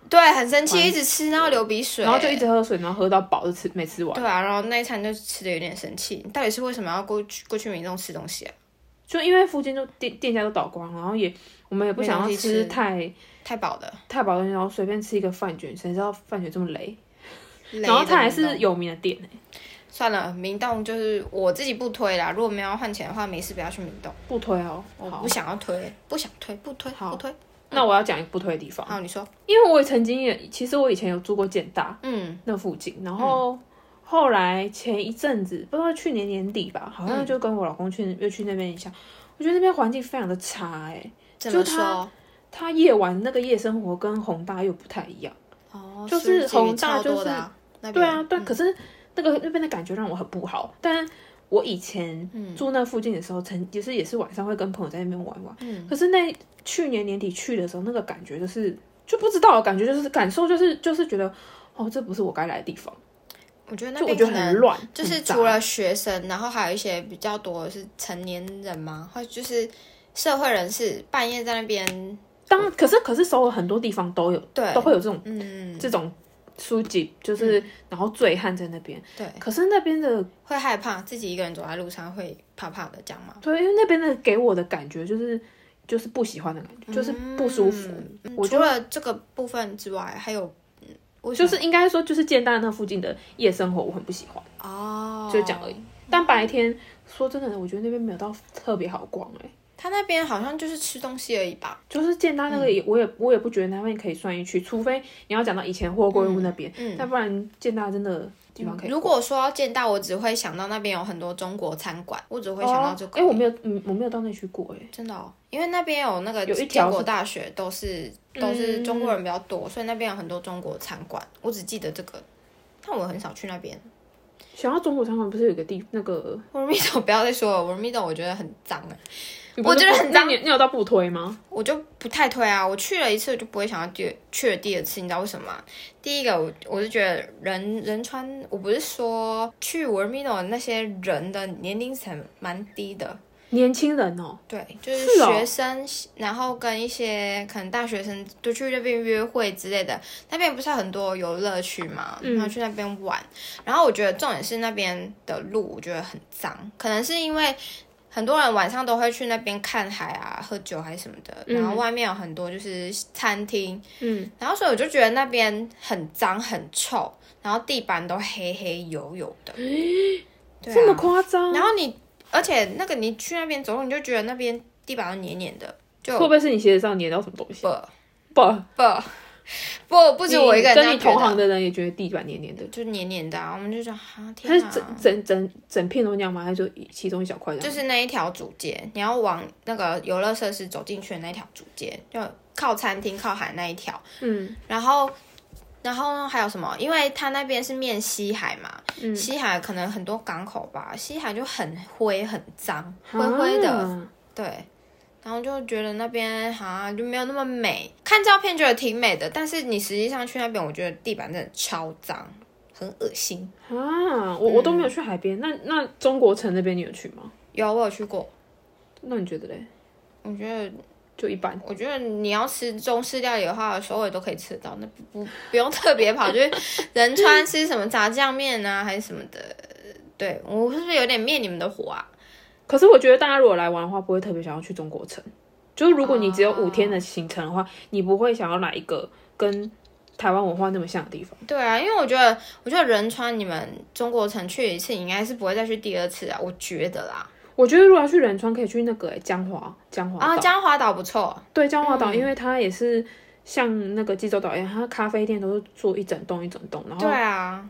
[SPEAKER 1] 对，很生气，一直吃，然后流鼻水，
[SPEAKER 2] 然后就一直喝水，然后喝到饱就吃没吃完，
[SPEAKER 1] 对啊，然后那一餐就吃的有点生气。到底是为什么要过去过去民众吃东西啊？
[SPEAKER 2] 就因为附近就店店家都倒光，然后也我们也不想要
[SPEAKER 1] 没东西
[SPEAKER 2] 吃
[SPEAKER 1] 吃
[SPEAKER 2] 太
[SPEAKER 1] 太饱了，
[SPEAKER 2] 太饱的东西，然后随便吃一个饭卷，谁知道饭卷这么雷，
[SPEAKER 1] 累
[SPEAKER 2] 然后它
[SPEAKER 1] 的
[SPEAKER 2] 还
[SPEAKER 1] 民众
[SPEAKER 2] 是有名的店欸
[SPEAKER 1] 算了，明洞就是我自己不推啦。如果没有要换钱的话，没事不要去明洞，
[SPEAKER 2] 不推哦，
[SPEAKER 1] 我
[SPEAKER 2] 好
[SPEAKER 1] 不。想要推，不想推，不推，
[SPEAKER 2] 好
[SPEAKER 1] 不推。
[SPEAKER 2] 那我要讲一个不推的地方，
[SPEAKER 1] 好，你说，
[SPEAKER 2] 因为我也曾经也，其实我以前有住过建大
[SPEAKER 1] 嗯，
[SPEAKER 2] 那附近，然后后来前一阵子，不知道去年年底
[SPEAKER 1] 嗯
[SPEAKER 2] 吧，好像就跟我老公去又去那边一下，我觉得那边环境非常的差哎、
[SPEAKER 1] 怎
[SPEAKER 2] 就
[SPEAKER 1] 么
[SPEAKER 2] 他
[SPEAKER 1] 说？
[SPEAKER 2] 他夜晚那个夜生活跟宏大又不太一样，
[SPEAKER 1] 哦，
[SPEAKER 2] 就是
[SPEAKER 1] 是
[SPEAKER 2] 宏大就是
[SPEAKER 1] 的啊、那边
[SPEAKER 2] 对啊，对，可是那个那边的感觉让我很不好，但。我以前住那附近的时候，曾也是也是晚上会跟朋友在那边玩玩。
[SPEAKER 1] 嗯
[SPEAKER 2] 可是那去年年底去的时候，那个感觉就是就不知道，感觉就是感受就是就是觉得，哦，这不是我该来的地方。
[SPEAKER 1] 我觉得那
[SPEAKER 2] 就我
[SPEAKER 1] 边
[SPEAKER 2] 觉得
[SPEAKER 1] 可
[SPEAKER 2] 很
[SPEAKER 1] 能
[SPEAKER 2] 乱，
[SPEAKER 1] 就是
[SPEAKER 2] 很杂
[SPEAKER 1] 除了学生，然后还有一些比较多的是成年人嘛，或者就是社会人士半夜在那边，
[SPEAKER 2] 当可是可是首尔很多地方都有，
[SPEAKER 1] 对
[SPEAKER 2] 都会有这种
[SPEAKER 1] 嗯，
[SPEAKER 2] 这种书籍，就是、然后醉汉在那边，
[SPEAKER 1] 对，
[SPEAKER 2] 可是那边的
[SPEAKER 1] 会害怕自己一个人走在路上会怕怕的，这样吗？
[SPEAKER 2] 对，因为那边的给我的感觉就是就是不喜欢的感觉，就是不舒服。
[SPEAKER 1] 嗯
[SPEAKER 2] 我
[SPEAKER 1] 除了这个部分之外，还有，嗯，我
[SPEAKER 2] 就是应该说，就是建大那附近的夜生活我很不喜欢，
[SPEAKER 1] 哦，
[SPEAKER 2] 就这样而已。但白天说真的，我觉得那边没有到特别好逛哎、
[SPEAKER 1] 他那边好像就是吃东西而已吧？
[SPEAKER 2] 就是建大
[SPEAKER 1] 嗯
[SPEAKER 2] 那个也，我也我也不觉得那边可以算一区，除非你要讲到以前货柜屋那边，
[SPEAKER 1] 嗯
[SPEAKER 2] 但不然建大真的地方可以逛。
[SPEAKER 1] 如果说要见到，我只会想到那边有很多中国餐馆，我只会想到这
[SPEAKER 2] 哦
[SPEAKER 1] 个。
[SPEAKER 2] 哎、我没有，嗯，我没有到那区过哎、
[SPEAKER 1] 真的哦，因为那边有那个
[SPEAKER 2] 有一
[SPEAKER 1] 建
[SPEAKER 2] 条是嗯
[SPEAKER 1] 国大学，都是都是中国人比较多，所以那边有很多中国餐馆。我只记得这个，但我很少去那边。
[SPEAKER 2] 想要中国餐馆不是有个地那个？
[SPEAKER 1] 我密豆不要再说了，我密豆我觉得很脏哎，
[SPEAKER 2] 我
[SPEAKER 1] 觉得很
[SPEAKER 2] 脏。你你有到不推吗？
[SPEAKER 1] 我就不太推啊。我去了一次，我就不会想要第去了第二次，你知道为什么吗？第一个，我我是觉得人人川，我不是说去 w o r m i d o 那些人的年龄层蛮低的，
[SPEAKER 2] 年轻人哦，
[SPEAKER 1] 对，就是
[SPEAKER 2] 是哦
[SPEAKER 1] 学生，然后跟一些可能大学生都去那边约会之类的。那边不是很多游乐区嘛，
[SPEAKER 2] 嗯
[SPEAKER 1] 然后去那边玩。然后我觉得重点是那边的路，我觉得很脏，可能是因为。很多人晚上都会去那边看海啊、喝酒还是什么的，
[SPEAKER 2] 嗯
[SPEAKER 1] 然后外面有很多就是餐厅，
[SPEAKER 2] 嗯，
[SPEAKER 1] 然后所以我就觉得那边很脏很臭，然后地板都黑黑油油 的，对啊
[SPEAKER 2] 这么夸张？
[SPEAKER 1] 然后你，而且那个你去那边走路，你就觉得那边地板都黏黏的，就
[SPEAKER 2] 会不会是你鞋子上粘到什么东西？
[SPEAKER 1] 不
[SPEAKER 2] 不，
[SPEAKER 1] 不不不
[SPEAKER 2] 不
[SPEAKER 1] 止我一个人这
[SPEAKER 2] 跟你
[SPEAKER 1] 样觉
[SPEAKER 2] 同
[SPEAKER 1] 得
[SPEAKER 2] 行，的人也觉得地板黏黏的。
[SPEAKER 1] 就黏黏的、啊，我们就说啊
[SPEAKER 2] 它
[SPEAKER 1] 天
[SPEAKER 2] 是
[SPEAKER 1] 哪，
[SPEAKER 2] 整整整整片都那样吗？还是就一其中一小块这
[SPEAKER 1] 就
[SPEAKER 2] 样？
[SPEAKER 1] 是那一条主街，你要往那个游乐设施走进去的那一条主街，就靠餐厅靠海那一条，
[SPEAKER 2] 嗯，
[SPEAKER 1] 然后。然后呢还有什么？因为它那边是面西海嘛，
[SPEAKER 2] 嗯
[SPEAKER 1] 西海可能很多港口吧，西海就很灰很脏，灰灰的，
[SPEAKER 2] 啊
[SPEAKER 1] 对，然后就觉得那边好像就没有那么美，看照片觉得挺美的，但是你实际上去那边，我觉得地板真的超脏，很恶心。
[SPEAKER 2] 啊！我我
[SPEAKER 1] 嗯
[SPEAKER 2] 都没有去海边。那那中国城那边你有去吗？
[SPEAKER 1] 有，我有去过，
[SPEAKER 2] 那你觉得嘞？
[SPEAKER 1] 我觉得，
[SPEAKER 2] 就一般。
[SPEAKER 1] 我觉得你要吃中式料理的话，首尔都可以吃得到，那不不不用特别跑去仁川吃什么炸酱面啊，还是什么的。对我是不是有点灭你们的火啊？
[SPEAKER 2] 可是我觉得大家如果来玩的话，不会特别想要去中国城。就是如果你只有
[SPEAKER 1] 哦
[SPEAKER 2] 五天的行程的话，你不会想要来一个跟台湾文化那么像的地方。
[SPEAKER 1] 对啊，因为我觉得，我觉得仁川你们中国城去一次，你应该是不会再去第二次啊，我觉得啦。
[SPEAKER 2] 我觉得如果要去仁川，可以去那个、欸、江华江华岛。
[SPEAKER 1] 啊，江嗯华岛不错，
[SPEAKER 2] 对，江华岛，因为它也是像那个济州岛一样，它咖啡店都是做一整栋一整栋，然
[SPEAKER 1] 对
[SPEAKER 2] 后
[SPEAKER 1] 啊，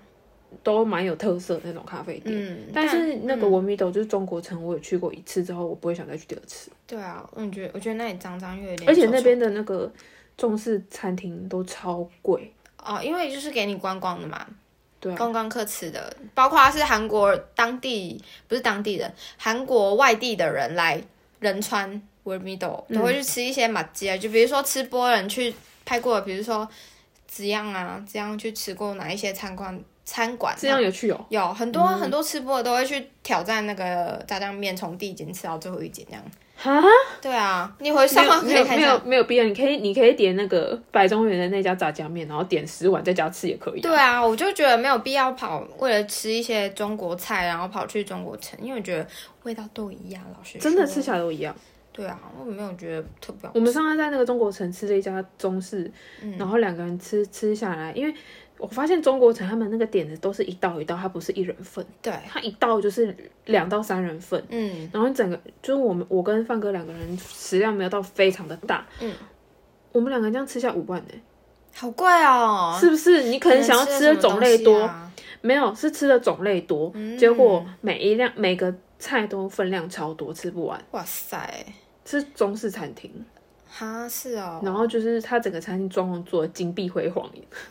[SPEAKER 2] 都蛮有特色的那种咖啡店。
[SPEAKER 1] 嗯，
[SPEAKER 2] 但是那个文米斗就是中国城，我有去过一次之后，我不会想再去第二次。
[SPEAKER 1] 对啊，我觉得我觉得那里脏脏又有点臭臭，
[SPEAKER 2] 而且那边的那个中式餐厅都超贵，
[SPEAKER 1] 哦，因为就是给你观光的嘛，
[SPEAKER 2] 对啊，
[SPEAKER 1] 观光客吃的，包括是韩国当地不是当地人，韩国外地的人来仁川 w e r m i d o 都会
[SPEAKER 2] 嗯
[SPEAKER 1] 去吃一些马鸡啊，就比如说吃播人去拍过的，比如说怎样啊，怎样去吃过哪一些餐馆餐馆啊，
[SPEAKER 2] 这样有去哦。
[SPEAKER 1] 有很多、很多吃播的都会去挑战那个炸酱面，从第一间吃到最后一间这样。
[SPEAKER 2] 哈，
[SPEAKER 1] 对啊，你回
[SPEAKER 2] 没
[SPEAKER 1] 上
[SPEAKER 2] 有
[SPEAKER 1] 网
[SPEAKER 2] 没
[SPEAKER 1] 可以
[SPEAKER 2] 有
[SPEAKER 1] 看一
[SPEAKER 2] 没
[SPEAKER 1] 下
[SPEAKER 2] 有没有必要，你可以你可以点那个白中原的那家炸酱面，然后点十碗在家吃也可以啊、
[SPEAKER 1] 对啊，我就觉得没有必要跑，为了吃一些中国菜，然后跑去中国城，因为我觉得味道都一样。老师
[SPEAKER 2] 真的嗯吃起来都一样。
[SPEAKER 1] 对啊，我没有觉得特别好
[SPEAKER 2] 我们上次在那个中国城吃了一家中式，
[SPEAKER 1] 嗯
[SPEAKER 2] 然后两个人吃吃下来，因为我发现中国城他们那个点的都是一道一道，它不是一人份，
[SPEAKER 1] 对，
[SPEAKER 2] 它一道就是两到三人份。
[SPEAKER 1] 嗯，
[SPEAKER 2] 然后整个就是我们我跟范哥两个人食量没有到非常的大，
[SPEAKER 1] 嗯，
[SPEAKER 2] 我们两个人这样吃下五万呢、
[SPEAKER 1] 好贵哦。
[SPEAKER 2] 是不是？你可能想要
[SPEAKER 1] 吃
[SPEAKER 2] 吃
[SPEAKER 1] 了
[SPEAKER 2] 的
[SPEAKER 1] 什么嗯
[SPEAKER 2] 种类
[SPEAKER 1] 东
[SPEAKER 2] 多，
[SPEAKER 1] 西啊
[SPEAKER 2] 没有是吃的种类多，结果每一辆每个菜都分量超多，吃不完。
[SPEAKER 1] 哇塞，
[SPEAKER 2] 是中式餐厅，
[SPEAKER 1] 哈是哦，
[SPEAKER 2] 然后就是它整个餐厅装潢做的金碧辉煌，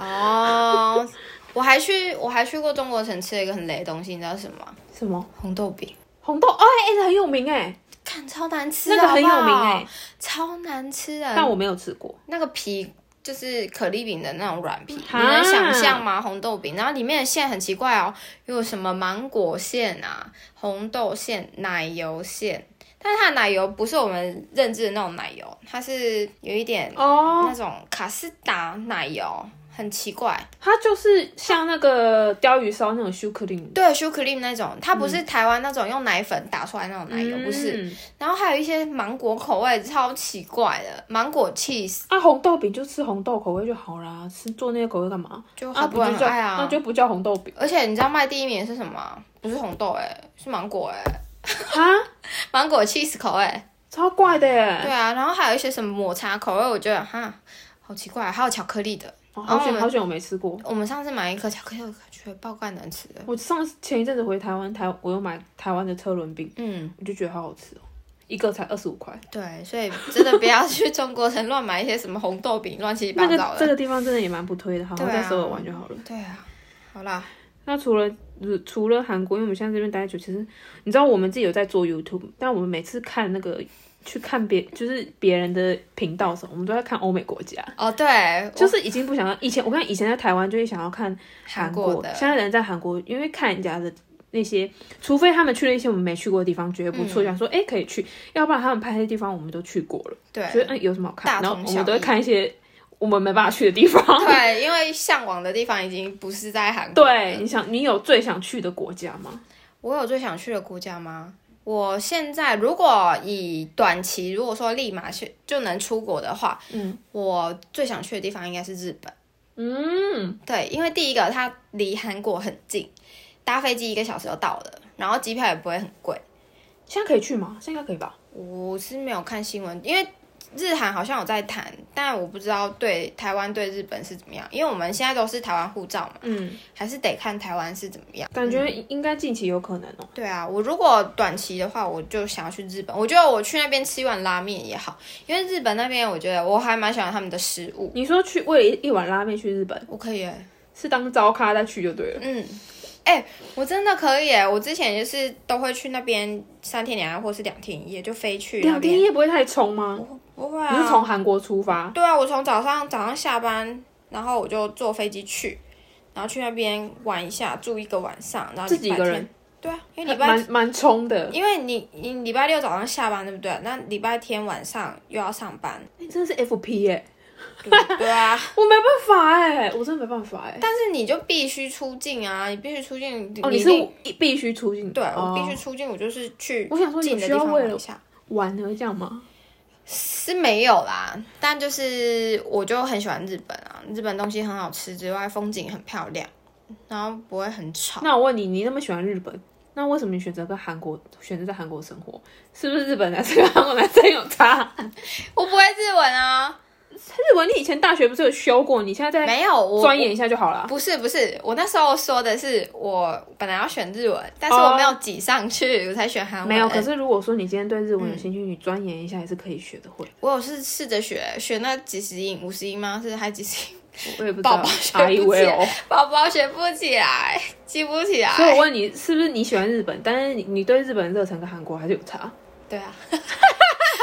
[SPEAKER 1] 哦，我还去我还去过中国城吃了一个很雷的东西，你知道是什么吗？
[SPEAKER 2] 什么
[SPEAKER 1] 红豆饼，
[SPEAKER 2] 红豆哦，哎、哎很有名哎、
[SPEAKER 1] 看超难吃的，
[SPEAKER 2] 那个很有
[SPEAKER 1] 好不
[SPEAKER 2] 名
[SPEAKER 1] 好
[SPEAKER 2] 哎、
[SPEAKER 1] 超难吃的，
[SPEAKER 2] 但我没有吃过。
[SPEAKER 1] 那个皮就是可丽饼的那种软皮，你
[SPEAKER 2] 哈
[SPEAKER 1] 能想象吗？红豆饼，然后里面的馅很奇怪哦，有什么芒果馅啊、红豆馅、奶油馅，但是它的奶油不是我们认知的那种奶油，它是有一点
[SPEAKER 2] 哦，
[SPEAKER 1] 那种卡斯达奶油，很奇怪。
[SPEAKER 2] 它就是像那个鲷鱼烧那种 s u c r i m
[SPEAKER 1] 对 s u c r e a m 那种，它不是
[SPEAKER 2] 嗯
[SPEAKER 1] 台湾那种用奶粉打出来那种奶油，不是。然后还有一些芒果口味，超奇怪的，芒果 cheese
[SPEAKER 2] 啊，红豆饼就吃红豆口味就好啦，吃做那些口味干嘛？
[SPEAKER 1] 就
[SPEAKER 2] 啊，
[SPEAKER 1] 很
[SPEAKER 2] 不
[SPEAKER 1] 多
[SPEAKER 2] 就
[SPEAKER 1] 人
[SPEAKER 2] 叫、
[SPEAKER 1] 爱啊
[SPEAKER 2] 那就不叫红豆饼
[SPEAKER 1] 而且你知道卖第一名的是什么吗？不是红豆哎、是芒果哎、
[SPEAKER 2] 啊，
[SPEAKER 1] 芒果 cheese 口味、
[SPEAKER 2] 超怪的
[SPEAKER 1] 对
[SPEAKER 2] 耶！
[SPEAKER 1] 啊，然后还有一些什么抹茶口味，我觉得哈好奇怪，还有巧克力的。
[SPEAKER 2] 哦、
[SPEAKER 1] 然
[SPEAKER 2] 好
[SPEAKER 1] 后我
[SPEAKER 2] 险
[SPEAKER 1] 们
[SPEAKER 2] 好险，我没吃过。
[SPEAKER 1] 我们上次买一颗巧克力，我觉得爆干难吃的。
[SPEAKER 2] 我上次前一阵子回台湾，台我又买台湾的车轮饼，
[SPEAKER 1] 嗯，
[SPEAKER 2] 我就觉得好好吃哦，一个才二十五块。
[SPEAKER 1] 对，所以真的不要去中国城乱买一些什么红豆饼，乱七八
[SPEAKER 2] 那
[SPEAKER 1] 糟
[SPEAKER 2] 个
[SPEAKER 1] 的。
[SPEAKER 2] 这个地方真的也蛮不推的，好好
[SPEAKER 1] 对啊
[SPEAKER 2] 在首尔玩就好了。
[SPEAKER 1] 对啊，好啦，
[SPEAKER 2] 那除了除了韩国，因为我们现在这边待久，其实你知道我们自己有在做 YouTube，但我们每次看那个去看别就是别人的频道的时候，我们都在看欧美国家，
[SPEAKER 1] 哦对，
[SPEAKER 2] 就是是已经不想要以前我看以前在台湾就会想要看
[SPEAKER 1] 韩
[SPEAKER 2] 国，
[SPEAKER 1] 国的
[SPEAKER 2] 现在人在韩国，因为看人家的。那些，除非他们去了一些我们没去过的地方，觉得不错，想说哎、诶可以去，要不然他们拍那些地方我们都去过了，
[SPEAKER 1] 对
[SPEAKER 2] 觉得嗯有什么好看，
[SPEAKER 1] 大
[SPEAKER 2] 然后
[SPEAKER 1] 同
[SPEAKER 2] 我
[SPEAKER 1] 小
[SPEAKER 2] 们都会
[SPEAKER 1] 异
[SPEAKER 2] 看一些我们没办法去的地方。
[SPEAKER 1] 对，因为向往的地方已经不是在韩国。
[SPEAKER 2] 对，你想你有最想去的国家吗？
[SPEAKER 1] 我有最想去的国家吗？我现在如果以短期，如果说立马去就能出国的话，
[SPEAKER 2] 嗯，
[SPEAKER 1] 我最想去的地方应该是日本。
[SPEAKER 2] 嗯，
[SPEAKER 1] 对，因为第一个它离韩国很近，搭飞机一个小时就到了，然后机票也不会很贵。
[SPEAKER 2] 现在可以去吗？现在应该可以吧？
[SPEAKER 1] 我是没有看新闻，因为日韩好像有在谈，但我不知道对台湾对日本是怎么样，因为我们现在都是台湾护照嘛，
[SPEAKER 2] 嗯，
[SPEAKER 1] 还是得看台湾是怎么样。
[SPEAKER 2] 感觉应该近期有可能哦。
[SPEAKER 1] 对啊，我如果短期的话，我就想要去日本。我觉得我去那边吃一碗拉面也好，因为日本那边我觉得我还蛮喜欢他们的食物。
[SPEAKER 2] 你说去为了一一碗拉面去日本，
[SPEAKER 1] 我可以、欸，
[SPEAKER 2] 是当糟咖再去就对了。
[SPEAKER 1] 嗯，哎、我真的可以、欸。我之前就是都会去那边三天两夜或是两天一夜，就飞去那
[SPEAKER 2] 两天一
[SPEAKER 1] 边。
[SPEAKER 2] 夜不会太冲吗？
[SPEAKER 1] 不会
[SPEAKER 2] 你是
[SPEAKER 1] 啊，
[SPEAKER 2] 从韩国出发，
[SPEAKER 1] 对啊，我从早上早上下班，然后我就坐飞机去，然后去那边玩一下，住一个晚上，然后
[SPEAKER 2] 自己
[SPEAKER 1] 礼
[SPEAKER 2] 一
[SPEAKER 1] 拜
[SPEAKER 2] 个
[SPEAKER 1] 天
[SPEAKER 2] 人。
[SPEAKER 1] 对啊，因为礼拜
[SPEAKER 2] 蛮蛮冲的。
[SPEAKER 1] 因为你你礼拜六早上下班对不对？那礼拜天晚上又要上班，
[SPEAKER 2] 你真的是 FP 哎、
[SPEAKER 1] 对对啊。
[SPEAKER 2] 我没办法哎、我真的没办法哎、
[SPEAKER 1] 但是你就必须出境啊，你必须出境。
[SPEAKER 2] 哦，你
[SPEAKER 1] 一
[SPEAKER 2] 是
[SPEAKER 1] 定
[SPEAKER 2] 一必须出境，
[SPEAKER 1] 对我
[SPEAKER 2] 哦
[SPEAKER 1] 必须。出境，我就是去
[SPEAKER 2] 我想说，
[SPEAKER 1] 近
[SPEAKER 2] 你
[SPEAKER 1] 的
[SPEAKER 2] 需
[SPEAKER 1] 地
[SPEAKER 2] 要
[SPEAKER 1] 方
[SPEAKER 2] 为
[SPEAKER 1] 玩一
[SPEAKER 2] 了
[SPEAKER 1] 下。
[SPEAKER 2] 玩而这样吗？
[SPEAKER 1] 是没有啦，但就是我就很喜欢日本啊，日本东西很好吃之外，风景很漂亮，然后不会很吵。
[SPEAKER 2] 那我问你，你那么喜欢日本，那为什么你选择跟韩国选择在韩国生活？是不是日本男生跟韩国男生有 差？
[SPEAKER 1] 我不会日文啊，
[SPEAKER 2] 日文你以前大学不是有修过？你现在再
[SPEAKER 1] 没有我
[SPEAKER 2] 钻研一下就好了。
[SPEAKER 1] 不是不是，我那时候说的是我本来要选日文，但是我没有挤上去，我才选韩文。
[SPEAKER 2] 哦没有，可是如果说你今天对日文有兴趣，你钻研一下也是可以学得会。
[SPEAKER 1] 我有试试着学，学那几十音、五十音吗？是还几十音？
[SPEAKER 2] 我也不知
[SPEAKER 1] 宝
[SPEAKER 2] 道
[SPEAKER 1] 宝学，
[SPEAKER 2] 呃阿姨
[SPEAKER 1] 不起
[SPEAKER 2] 为哦。
[SPEAKER 1] 宝宝学不起来，记不起来。
[SPEAKER 2] 所以我问你，是不是你喜欢日本？但是你你对日本的热忱跟韩国还是有差？
[SPEAKER 1] 对啊，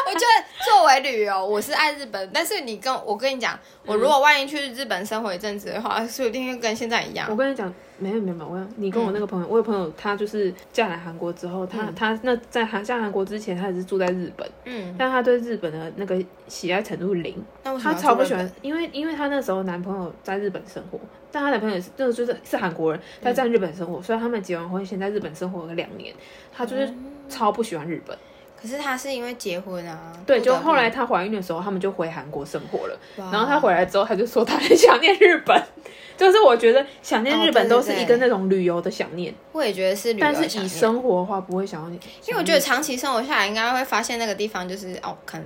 [SPEAKER 1] 我觉得作为旅游，我是爱日本，但是你跟我跟你讲，我如果万一去日本生活一阵子的话，说不定会跟现在一样
[SPEAKER 2] 我。跟你讲，没有没有没有，我你跟我
[SPEAKER 1] 嗯
[SPEAKER 2] 那个朋友，我有朋友，她就是嫁来韩国之后，她她那在韩嫁韩国之前，她也是住在日本，
[SPEAKER 1] 嗯，
[SPEAKER 2] 但她对日本的那个喜爱程度零，
[SPEAKER 1] 那为什么
[SPEAKER 2] 她
[SPEAKER 1] 要
[SPEAKER 2] 超不
[SPEAKER 1] 住
[SPEAKER 2] 喜
[SPEAKER 1] 日本
[SPEAKER 2] 欢，因为因为她那时候男朋友在日本生活，但她男朋友也是那个就是是韩国人，
[SPEAKER 1] 嗯
[SPEAKER 2] 他在日本生活，所以他们结完婚先在日本生活了两年，她
[SPEAKER 1] 哦
[SPEAKER 2] 就是超不喜欢日本。
[SPEAKER 1] 可是他是因为结婚啊，
[SPEAKER 2] 对，
[SPEAKER 1] 不得哦
[SPEAKER 2] 就
[SPEAKER 1] 不
[SPEAKER 2] 后来她怀孕的时候，他们就回韩国生活了。
[SPEAKER 1] 哇
[SPEAKER 2] 然后她回来之后，她就说她很想念日本， 就是我觉得想念
[SPEAKER 1] 哦
[SPEAKER 2] 日本
[SPEAKER 1] 对
[SPEAKER 2] 都
[SPEAKER 1] 对
[SPEAKER 2] 是
[SPEAKER 1] 对
[SPEAKER 2] 一个那种旅游的想念，
[SPEAKER 1] 我也觉得是旅游
[SPEAKER 2] 但
[SPEAKER 1] 想念，
[SPEAKER 2] 是以生活的话不会想要你，嗯
[SPEAKER 1] 因为我觉得长期生活下来，应该会发现那个地方就是哦，可能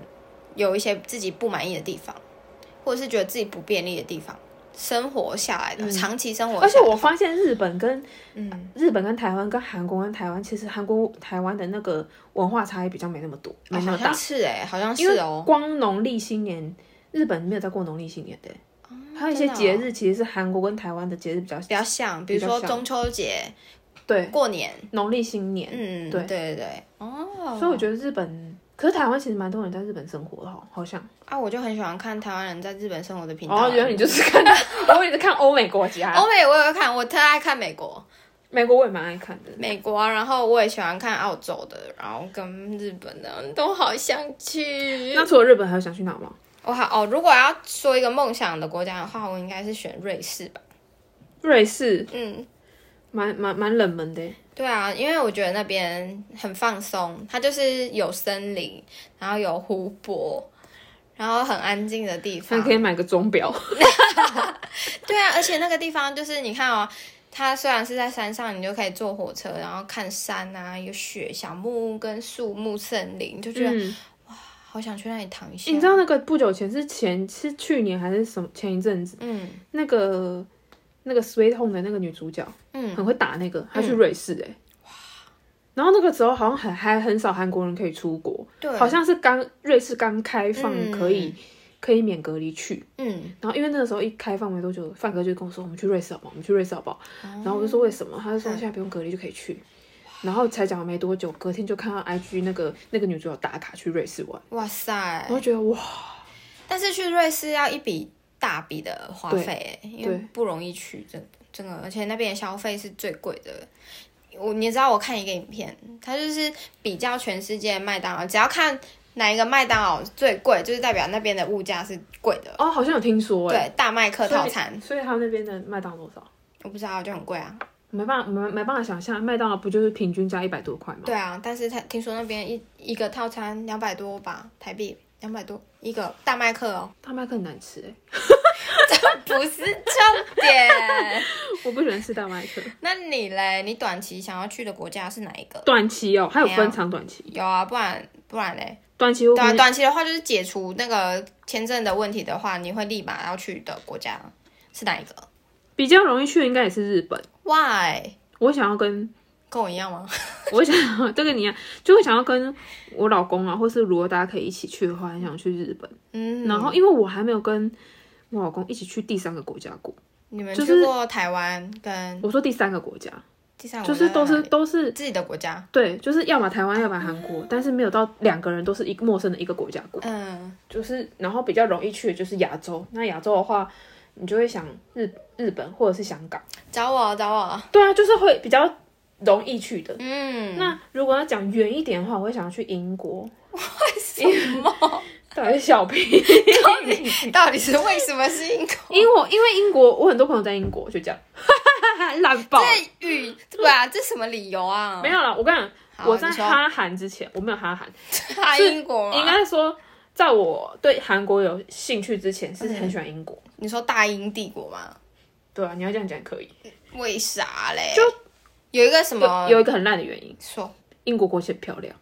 [SPEAKER 1] 有一些自己不满意的地方，或者是觉得自己不便利的地方。生活下来的、长期生活下来，
[SPEAKER 2] 嗯而且我发现日本跟
[SPEAKER 1] 嗯，
[SPEAKER 2] 日本跟台湾跟韩国跟台湾，其实韩国台湾的那个文化差异比较没那么多，没
[SPEAKER 1] 哦好
[SPEAKER 2] 那么大
[SPEAKER 1] 像。是哎、好像
[SPEAKER 2] 因
[SPEAKER 1] 是
[SPEAKER 2] 为
[SPEAKER 1] 哦，
[SPEAKER 2] 光农历新年，日本没有在过农历新年的，还有一
[SPEAKER 1] 真
[SPEAKER 2] 些
[SPEAKER 1] 的哦
[SPEAKER 2] 节日其实是韩国跟台湾的节日比较
[SPEAKER 1] 比较像，比如
[SPEAKER 2] 比较
[SPEAKER 1] 说
[SPEAKER 2] 像
[SPEAKER 1] 中秋节、
[SPEAKER 2] 对
[SPEAKER 1] 过年，
[SPEAKER 2] 农历新年。
[SPEAKER 1] 嗯，
[SPEAKER 2] 对
[SPEAKER 1] 对对对，哦，
[SPEAKER 2] 所以我觉得日本，可是台湾其实蛮多人在日本生活的哈，好像。
[SPEAKER 1] 啊，我就很喜欢看台湾人在日本生活的哦频道。
[SPEAKER 2] 哦，原来你就是看， 我也是看欧美国家，
[SPEAKER 1] 欧美我也会看，我特爱看美国，
[SPEAKER 2] 美国我也蛮爱看的。
[SPEAKER 1] 美国啊，然后我也喜欢看澳洲的，然后跟日本的都好想去。
[SPEAKER 2] 那除了日本，还有想去哪吗？
[SPEAKER 1] 我好哦，如果要说一个梦想的国家的话，我应该是选瑞士吧。
[SPEAKER 2] 瑞士，
[SPEAKER 1] 嗯，
[SPEAKER 2] 蛮蛮蛮冷门的耶。
[SPEAKER 1] 对啊，因为我觉得那边很放松，它就是有森林，然后有湖泊，然后很安静的地
[SPEAKER 2] 那
[SPEAKER 1] 方
[SPEAKER 2] 可。以买个钟表，
[SPEAKER 1] 对啊，而且那个地方就是你看哦，它虽然是在山上，你就可以坐火车，然后看山啊，有雪、小木屋跟树木、森林， 就觉啊得、
[SPEAKER 2] 嗯，
[SPEAKER 1] 好想去那里躺一下。
[SPEAKER 2] 你知道那个不久前是前是去年还是什么前一阵子，
[SPEAKER 1] 嗯
[SPEAKER 2] 那个那个 Sweet Home 的那个女主角，
[SPEAKER 1] 嗯，
[SPEAKER 2] 很会打那个，她去瑞士哎、然后那个时候好像很还很少韩国人可以出国，
[SPEAKER 1] 对，
[SPEAKER 2] 好像是刚瑞士刚开放
[SPEAKER 1] 嗯
[SPEAKER 2] 可以、可以免隔离去，
[SPEAKER 1] 嗯，
[SPEAKER 2] 然后因为那个时候一开放没多久，范哥就跟我说我们去瑞士好不好？我们去瑞士好不好？然后我就说为什么？他就
[SPEAKER 1] 哦
[SPEAKER 2] 说现在不用隔离就可以去。然后才讲没多久，隔天就看到 IG 那个那个女主角打卡去瑞士玩，
[SPEAKER 1] 哇塞
[SPEAKER 2] 我！就觉得哇，
[SPEAKER 1] 但是去瑞士要一笔大笔的花费、欸，因为
[SPEAKER 2] 对
[SPEAKER 1] 不容易去，真的真的，而且那边的消费是最贵的。我你知道，我看一个影片，它就是比较全世界的麦当劳，只要看哪一个麦当劳最贵，就是代表那边的物价是贵的。
[SPEAKER 2] 哦，好像有听说哎、
[SPEAKER 1] 对，大麦克套餐
[SPEAKER 2] 所以他那边的麦当劳多少？
[SPEAKER 1] 我不知道，就很贵啊。
[SPEAKER 2] 没办法，没没办法想象，麦当劳不就是平均加一百多块吗？
[SPEAKER 1] 对啊，但是他听说那边一一个套餐两百多吧，台币两百多一个大麦克 哦，
[SPEAKER 2] 大麦克很难吃哎、
[SPEAKER 1] 这不是重点。
[SPEAKER 2] 我不喜欢吃大麦克。
[SPEAKER 1] 那你嘞？你短期想要去的国家是哪一个？
[SPEAKER 2] 短期哦，还有
[SPEAKER 1] 没有
[SPEAKER 2] 分长短期，
[SPEAKER 1] 有啊，不然不然嘞？
[SPEAKER 2] 短期我
[SPEAKER 1] 对啊，
[SPEAKER 2] 可能
[SPEAKER 1] 短期的话就是解除那个签证的问题的话，你会立马要去的国家是哪一个
[SPEAKER 2] 比较容易去的应该也是日本。
[SPEAKER 1] ？Why？
[SPEAKER 2] 我想要跟
[SPEAKER 1] 跟我一样吗？
[SPEAKER 2] 我想要 这个你、啊、就会想要跟我老公啊，或是如果大家可以一起去的话，很想去日本。
[SPEAKER 1] 嗯，
[SPEAKER 2] 然后因为我还没有跟我老公一起去第三个国家过，
[SPEAKER 1] 你们
[SPEAKER 2] 就
[SPEAKER 1] 去过台湾跟
[SPEAKER 2] 我说第三个国家
[SPEAKER 1] 第三个
[SPEAKER 2] 就
[SPEAKER 1] 国
[SPEAKER 2] 是
[SPEAKER 1] 家
[SPEAKER 2] 都
[SPEAKER 1] 哪
[SPEAKER 2] 是
[SPEAKER 1] 里
[SPEAKER 2] 都是
[SPEAKER 1] 自己的国家。
[SPEAKER 2] 对，就是要么台湾，要么韩国，但是没有到两个人都是一个陌生的一个国家过。
[SPEAKER 1] 嗯，
[SPEAKER 2] 就是然后比较容易去的就是亚洲，那亚洲的话，你就会想日日本或者是香港。
[SPEAKER 1] 找我找我。
[SPEAKER 2] 对啊，就是会比较容易去的。
[SPEAKER 1] 嗯，
[SPEAKER 2] 那如果要讲远一点的话，我会想要去英国。
[SPEAKER 1] 什么？
[SPEAKER 2] 到底是小 屁？
[SPEAKER 1] 到底是为什么是 英国？
[SPEAKER 2] 因为我因为英国，我很多朋友在英国，就这样， 烂爆。
[SPEAKER 1] 这语对啊，这什么理由啊？
[SPEAKER 2] 没有了，我跟你
[SPEAKER 1] 好啊
[SPEAKER 2] 讲，我在
[SPEAKER 1] 你说啊
[SPEAKER 2] 哈韩之前，我没有哈韩，
[SPEAKER 1] 他英国
[SPEAKER 2] 应
[SPEAKER 1] 吗？
[SPEAKER 2] 该说，在我对韩国有兴趣之前，
[SPEAKER 1] 嗯
[SPEAKER 2] 是很喜欢英国。
[SPEAKER 1] 你说大英帝国吗？
[SPEAKER 2] 对啊，你要这样讲也可以。
[SPEAKER 1] 为啥嘞？
[SPEAKER 2] 就
[SPEAKER 1] 有一个什么
[SPEAKER 2] 有有一个很烂的原因，
[SPEAKER 1] 说？哦
[SPEAKER 2] 英国国旗很漂亮。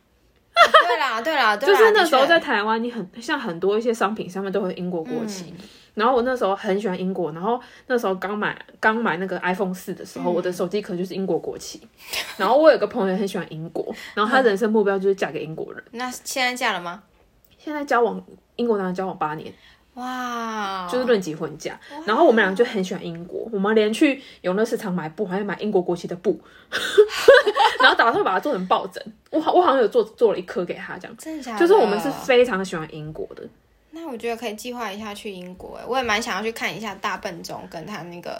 [SPEAKER 1] 对 啦，对啦，对
[SPEAKER 2] 就
[SPEAKER 1] 啦，
[SPEAKER 2] 是那时候
[SPEAKER 1] 的确
[SPEAKER 2] 在台湾，你很像很多一些商品上面都会有英国国旗。
[SPEAKER 1] 嗯
[SPEAKER 2] 然后我那时候很喜欢英国，然后那时候刚买刚买那个 iPhone 四的
[SPEAKER 1] 嗯
[SPEAKER 2] 时候，我的手机壳就是英国国旗。然后我有个朋友很喜欢英国，然
[SPEAKER 1] 嗯
[SPEAKER 2] 后他人生目标就是嫁给英国人。
[SPEAKER 1] 那现在嫁了吗？
[SPEAKER 2] 现在交往英国男友交往八年，
[SPEAKER 1] 哇，
[SPEAKER 2] 就是论及婚嫁。
[SPEAKER 1] 哦
[SPEAKER 2] 然后我们俩就很喜欢英国，我们连去永乐市场买布，还买英国国旗的布， 然后打算把它做成抱枕。我好我好像有做做了一颗给他，这样
[SPEAKER 1] 真的假的？
[SPEAKER 2] 就是我们是非常喜欢英国的。
[SPEAKER 1] 那我觉得可以计划一下去英国，哎，我也蛮想要去看一下大笨钟跟他那个，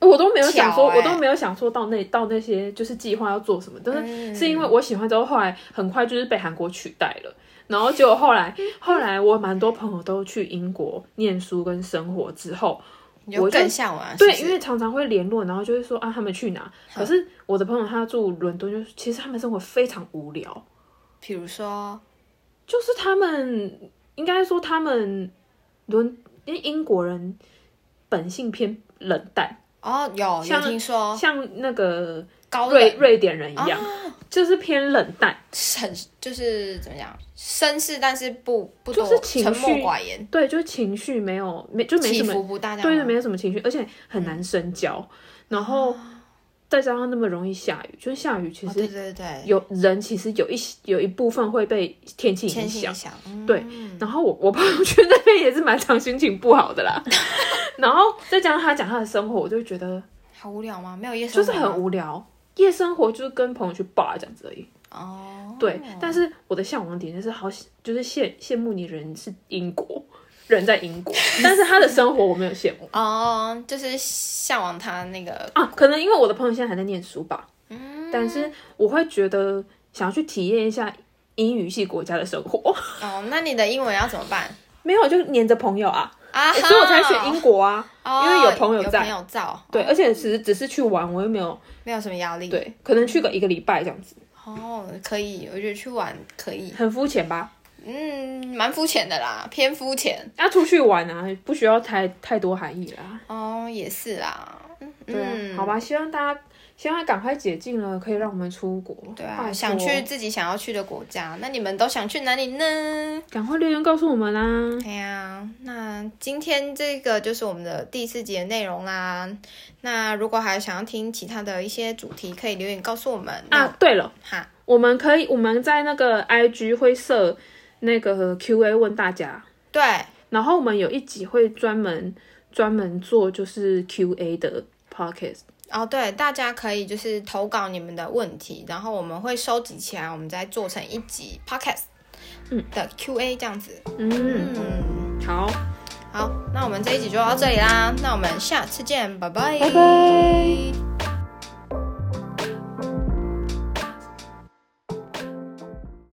[SPEAKER 2] 我都没有想说，
[SPEAKER 1] 巧欸
[SPEAKER 2] 我都没有想说到那到那些就是计划要做什么，但是
[SPEAKER 1] 嗯
[SPEAKER 2] 是因为我喜欢之后，后来很快就是被韩国取代了。然后结果后来，后来我蛮多朋友都去英国念书跟生活之后，
[SPEAKER 1] 你就
[SPEAKER 2] 我就
[SPEAKER 1] 更向往，啊
[SPEAKER 2] 对，
[SPEAKER 1] 是
[SPEAKER 2] 因为常常会联络，然后就会说啊他们去哪。可是我的朋友他住伦敦，就是其实他们生活非常无聊，
[SPEAKER 1] 比如说，
[SPEAKER 2] 就是他们应该说他们伦因为英国人本性偏冷淡，
[SPEAKER 1] 哦，有有
[SPEAKER 2] 像
[SPEAKER 1] 听说
[SPEAKER 2] 像那个
[SPEAKER 1] 高
[SPEAKER 2] 瑞
[SPEAKER 1] 冷
[SPEAKER 2] 瑞典人一样，
[SPEAKER 1] 啊
[SPEAKER 2] 就是偏冷淡。
[SPEAKER 1] 很就是怎么讲，绅士，但是不不多
[SPEAKER 2] 就是情绪
[SPEAKER 1] 沉默寡言，
[SPEAKER 2] 对，就是情绪没有没就没
[SPEAKER 1] 起
[SPEAKER 2] 什么，
[SPEAKER 1] 伏不大，这
[SPEAKER 2] 对，
[SPEAKER 1] 样啊嗯
[SPEAKER 2] 就
[SPEAKER 1] 吗
[SPEAKER 2] 没有什么情绪，而且很难深交。然后再加上那么容易下雨，就是下雨其
[SPEAKER 1] 啊哦
[SPEAKER 2] 实
[SPEAKER 1] 对对对，
[SPEAKER 2] 有、人其实有一有一部分会被天气
[SPEAKER 1] 千
[SPEAKER 2] 影
[SPEAKER 1] 心
[SPEAKER 2] 响。
[SPEAKER 1] 想，嗯
[SPEAKER 2] 对，然后我我 朋友去那边也是蛮常心情不好的 啦。然后再加上他讲他的生活，我就觉得
[SPEAKER 1] 好无聊吗？没有夜生
[SPEAKER 2] 就
[SPEAKER 1] 活
[SPEAKER 2] 是
[SPEAKER 1] 吗
[SPEAKER 2] 很无聊。夜生活就是跟朋友去 bar 这样子而已。
[SPEAKER 1] 哦，
[SPEAKER 2] 对，但是我的向往点就是好，就是羡羡慕你人是英国人在英 国，但是他的生活我没有羡慕
[SPEAKER 1] 哦，就是向往他那个，
[SPEAKER 2] 啊，可能因为我的朋友现在还在念书吧，但是我会觉得想要去体验一下英语系国家的生活，
[SPEAKER 1] 哦，那你的英文要怎么办
[SPEAKER 2] 没有就黏着朋友啊，
[SPEAKER 1] 啊？
[SPEAKER 2] 所以我才选英国啊，哦
[SPEAKER 1] 哦，
[SPEAKER 2] 因为有朋友在
[SPEAKER 1] 有朋友照，哦
[SPEAKER 2] 对，而且只是只是去玩，我又没有
[SPEAKER 1] 没有什么压力。，
[SPEAKER 2] 对，可能去个一个礼拜这样子，
[SPEAKER 1] 哦，可以，我觉得去玩可以，
[SPEAKER 2] 很肤浅吧？
[SPEAKER 1] 嗯，蛮肤浅的啦，偏肤浅。
[SPEAKER 2] 啊，出去玩啊，不需要太太多含义啦。
[SPEAKER 1] 哦，也是啦，
[SPEAKER 2] 对啊，
[SPEAKER 1] 嗯，
[SPEAKER 2] 好吧，希望大家希望赶快解禁了，可以让我们出国。
[SPEAKER 1] 对
[SPEAKER 2] 拜
[SPEAKER 1] 啊，
[SPEAKER 2] 托
[SPEAKER 1] 想去自己想要去的国家，那你们都想去哪里呢？
[SPEAKER 2] 赶快留言告诉我们啊啦、
[SPEAKER 1] 哎呀，那今天这个就是我们的第四集的内容啦。那如果还想要听其他的一些主题，可以留言告诉我们。那
[SPEAKER 2] 啊，对了，
[SPEAKER 1] 哈，
[SPEAKER 2] 我们可以我们在那个 IG 会设那个 QA 问大家，
[SPEAKER 1] 对，
[SPEAKER 2] 然后我们有一集会专门专门做就是 QA 的 podcast。
[SPEAKER 1] 哦，对，大家可以就是投稿你们的问题，然后我们会收集起来，我们再做成一集 podcast，
[SPEAKER 2] 嗯
[SPEAKER 1] 的 Q&A 这样子。
[SPEAKER 2] 嗯，
[SPEAKER 1] 嗯，
[SPEAKER 2] 好，
[SPEAKER 1] 好，那我们这一集就到这里啦，那我们下次见，拜拜，
[SPEAKER 2] 拜拜。